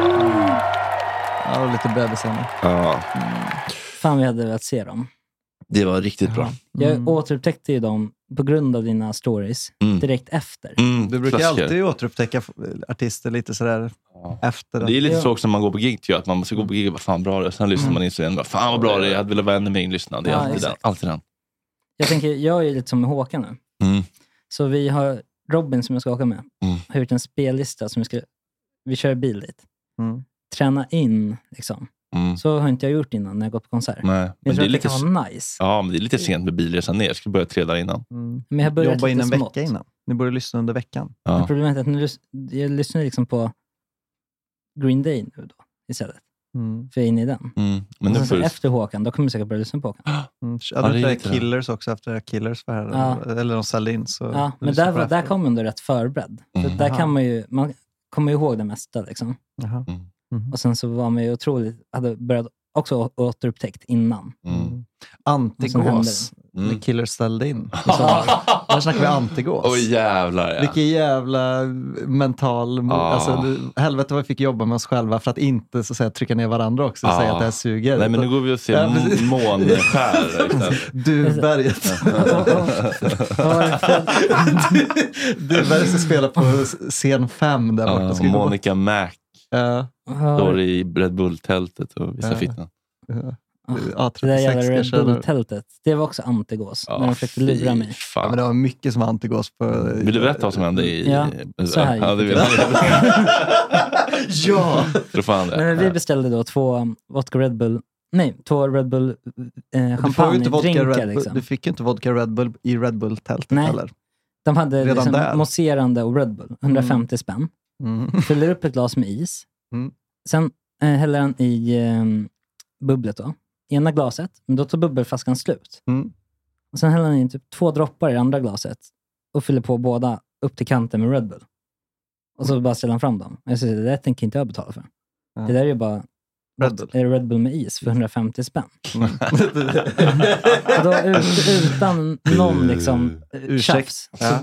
[SPEAKER 8] Ja, och lite bebisarna.
[SPEAKER 1] Ja,
[SPEAKER 4] Fan, vi hade velat se dem.
[SPEAKER 1] det var riktigt bra.
[SPEAKER 4] Jag
[SPEAKER 8] Mm.
[SPEAKER 4] återupptäckte ju dem på grund av dina stories
[SPEAKER 1] Mm.
[SPEAKER 4] direkt efter.
[SPEAKER 8] Du brukar
[SPEAKER 1] klassiker.
[SPEAKER 8] alltid återupptäcka f- artister lite sådär efter.
[SPEAKER 1] Det är lite
[SPEAKER 8] Ja.
[SPEAKER 1] så också när man går på gig, tycker jag, att man måste gå på gig och bara, fan bra det är." Sen lyssnar man in sig igen, bara, fan vad bra det är, jag hade velat vara ännu mer inlyssnad. Det är
[SPEAKER 4] Ja,
[SPEAKER 1] alltid, den,
[SPEAKER 4] exakt.
[SPEAKER 1] alltid den.
[SPEAKER 4] Jag tänker, jag är ju lite som Håkan nu.
[SPEAKER 1] Mm.
[SPEAKER 4] Så vi har Robin, som jag ska åka med, har gjort en spellista som vi ska... Vi kör bil dit.
[SPEAKER 8] Mm.
[SPEAKER 4] Träna in, liksom.
[SPEAKER 1] Mm.
[SPEAKER 4] Så har inte jag gjort innan när jag gått på konsert.
[SPEAKER 1] Nej,
[SPEAKER 4] Men jag tror att det kan vara nice.
[SPEAKER 1] Ja, men det är lite sent med bilresan ner. Jag skulle börja tre dagar innan.
[SPEAKER 4] Men jag har börjat
[SPEAKER 8] Jobba in
[SPEAKER 4] lite
[SPEAKER 8] en vecka
[SPEAKER 4] smått.
[SPEAKER 8] innan. Ni borde lyssna under veckan.
[SPEAKER 4] Men problemet är att nu, lys- jag lyssnar liksom på Green Day nu då, istället.
[SPEAKER 8] Mm.
[SPEAKER 4] För jag är inne i den.
[SPEAKER 1] Mm.
[SPEAKER 4] Men
[SPEAKER 1] Men nu
[SPEAKER 4] sen,
[SPEAKER 1] får
[SPEAKER 4] så
[SPEAKER 1] du...
[SPEAKER 4] efter Håkan, då kommer jag säkert börja lyssna på Håkan.
[SPEAKER 8] Mm.
[SPEAKER 4] Ja,
[SPEAKER 8] Ja,
[SPEAKER 4] det är
[SPEAKER 8] det är
[SPEAKER 4] lite det.
[SPEAKER 8] Killers också, efter att Killers var här.
[SPEAKER 4] Ja.
[SPEAKER 8] Eller de sålde in. Så
[SPEAKER 4] Ja, men
[SPEAKER 8] lyssna
[SPEAKER 4] där,
[SPEAKER 8] på
[SPEAKER 4] var,
[SPEAKER 8] det
[SPEAKER 4] där
[SPEAKER 8] här.
[SPEAKER 4] kom jag ändå rätt förberedd. För
[SPEAKER 8] Mm.
[SPEAKER 4] där kan
[SPEAKER 8] Aha.
[SPEAKER 4] man ju, man kommer ju ihåg det mesta. Liksom.
[SPEAKER 8] Jaha. Mm-hmm.
[SPEAKER 4] Och sen så var man ju otroligt, hade börjat också å- återupptäckt innan.
[SPEAKER 8] Mm.
[SPEAKER 4] Och sen hände
[SPEAKER 8] Antigås.
[SPEAKER 4] det.
[SPEAKER 1] Mm.
[SPEAKER 8] När Killers ställde in. i sommar. Där snackar vi antigås.
[SPEAKER 1] Åh jävlar ja.
[SPEAKER 8] Vilken jävla mental...
[SPEAKER 1] Ah.
[SPEAKER 8] Alltså, du- helvete vad vi fick jobba med oss själva för att inte så att säga, trycka ner varandra också och
[SPEAKER 1] Ja.
[SPEAKER 8] säga att det här suger.
[SPEAKER 1] Nej, men nu går vi och ser
[SPEAKER 8] Ja, precis. [LAUGHS]
[SPEAKER 1] månskär istället.
[SPEAKER 8] Duvberget. [LAUGHS] Duvberget ska spela på scen 5 där borta.
[SPEAKER 1] Ja,
[SPEAKER 8] Ska
[SPEAKER 1] och
[SPEAKER 8] vi gå bort?
[SPEAKER 1] Monica Mac
[SPEAKER 8] Ja.
[SPEAKER 1] står i Red Bull-tältet och visar
[SPEAKER 4] Ja.
[SPEAKER 1] fittan.
[SPEAKER 8] Ja.
[SPEAKER 4] Ah, det där jävla
[SPEAKER 8] A36
[SPEAKER 4] Red
[SPEAKER 8] kanske, eller?
[SPEAKER 4] Bull-tältet. Det var också antigås, när de försökte lura mig.
[SPEAKER 8] Ja, men det var mycket som antigås på...
[SPEAKER 1] Vill du berätta vad som hände i...
[SPEAKER 4] Ja, så här
[SPEAKER 1] ja, det
[SPEAKER 4] gick
[SPEAKER 1] vill
[SPEAKER 4] det.
[SPEAKER 1] jag.
[SPEAKER 8] [LAUGHS] Ja!
[SPEAKER 1] Tror fan det.
[SPEAKER 4] Men vi
[SPEAKER 8] [LAUGHS]
[SPEAKER 4] beställde då två um, vodka Red Bull, nej, två Red Bull eh,
[SPEAKER 8] Du, får ju inte vodka Red
[SPEAKER 4] champagne-drinkar.
[SPEAKER 8] Bull,
[SPEAKER 4] Liksom.
[SPEAKER 8] du fick ju inte vodka Red Bull i Red Bull-tältet
[SPEAKER 4] Nej.
[SPEAKER 8] heller.
[SPEAKER 4] De hade
[SPEAKER 8] Redan
[SPEAKER 4] liksom
[SPEAKER 8] där.
[SPEAKER 4] mousserande och Red Bull, 150 spänn.
[SPEAKER 8] Mm.
[SPEAKER 4] Fyller upp ett glas med is.
[SPEAKER 8] Mm.
[SPEAKER 4] Sen eh, häller han i eh, bubblet då. I ena glaset, men då tar bubbelflaskan slut.
[SPEAKER 8] Mm.
[SPEAKER 4] Och sen häller han in typ två droppar i det andra glaset och fyller på båda upp till kanten med Red Bull. Och så bara ställer han fram dem. Jag säger, det där tänker inte jag betala för.
[SPEAKER 8] Ja.
[SPEAKER 4] Det där är ju bara
[SPEAKER 8] Red Bull.
[SPEAKER 4] är Red Bull med is för 150 spänn. Så då, ut, utan någon liksom, eh,
[SPEAKER 8] Uh, Ursäkt.
[SPEAKER 4] tjafs. Så,
[SPEAKER 8] Ja.
[SPEAKER 4] eh,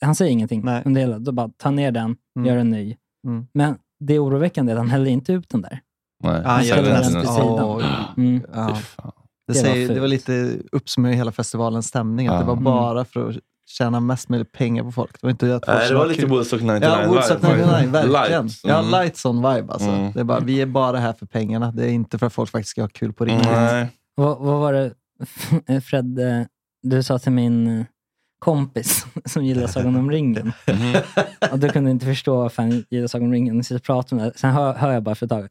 [SPEAKER 4] Han säger ingenting under hela. Då bara, ta ner den,
[SPEAKER 8] Mm.
[SPEAKER 4] gör en ny.
[SPEAKER 8] Mm.
[SPEAKER 4] Men det oroväckande är att han häller inte ut den där.
[SPEAKER 1] Nej.
[SPEAKER 8] Ah,
[SPEAKER 4] Han
[SPEAKER 8] jag
[SPEAKER 4] ställer
[SPEAKER 8] läste
[SPEAKER 4] den till
[SPEAKER 8] det.
[SPEAKER 4] sidan.
[SPEAKER 8] Oj. Mm.
[SPEAKER 4] Mm.
[SPEAKER 8] Ja.
[SPEAKER 1] fan.
[SPEAKER 8] Det,
[SPEAKER 4] Det var
[SPEAKER 8] säger, det
[SPEAKER 4] fult.
[SPEAKER 8] var lite uppsmör i hela festivalens stämning. Att
[SPEAKER 1] Ja.
[SPEAKER 8] Det var
[SPEAKER 1] Mm.
[SPEAKER 8] bara för att tjäna mest möjligt pengar på folk. Det var, inte att
[SPEAKER 1] Nej,
[SPEAKER 8] folk
[SPEAKER 1] det var
[SPEAKER 8] kul.
[SPEAKER 1] lite Woodstock 99
[SPEAKER 8] Ja, Woodstock
[SPEAKER 1] vibe.
[SPEAKER 8] 99, verkligen.
[SPEAKER 1] Light.
[SPEAKER 8] Ja,
[SPEAKER 1] Mm.
[SPEAKER 8] lights on vibe alltså.
[SPEAKER 1] Mm.
[SPEAKER 8] Det är bara, vi är bara här för pengarna. Det är inte för att folk faktiskt ska ha kul på riktigt.
[SPEAKER 1] Mm.
[SPEAKER 4] Vad, vad var det [LAUGHS] Fred, eh, du sa till min eh, kompis [LAUGHS] som gillar Sagan om ringen.
[SPEAKER 3] Mm-hmm.
[SPEAKER 4] Och du kunde inte förstå varför han gillar Sagan om ringen. Jag sitter och pratar med det. Sen hör, hör jag bara för ett tag.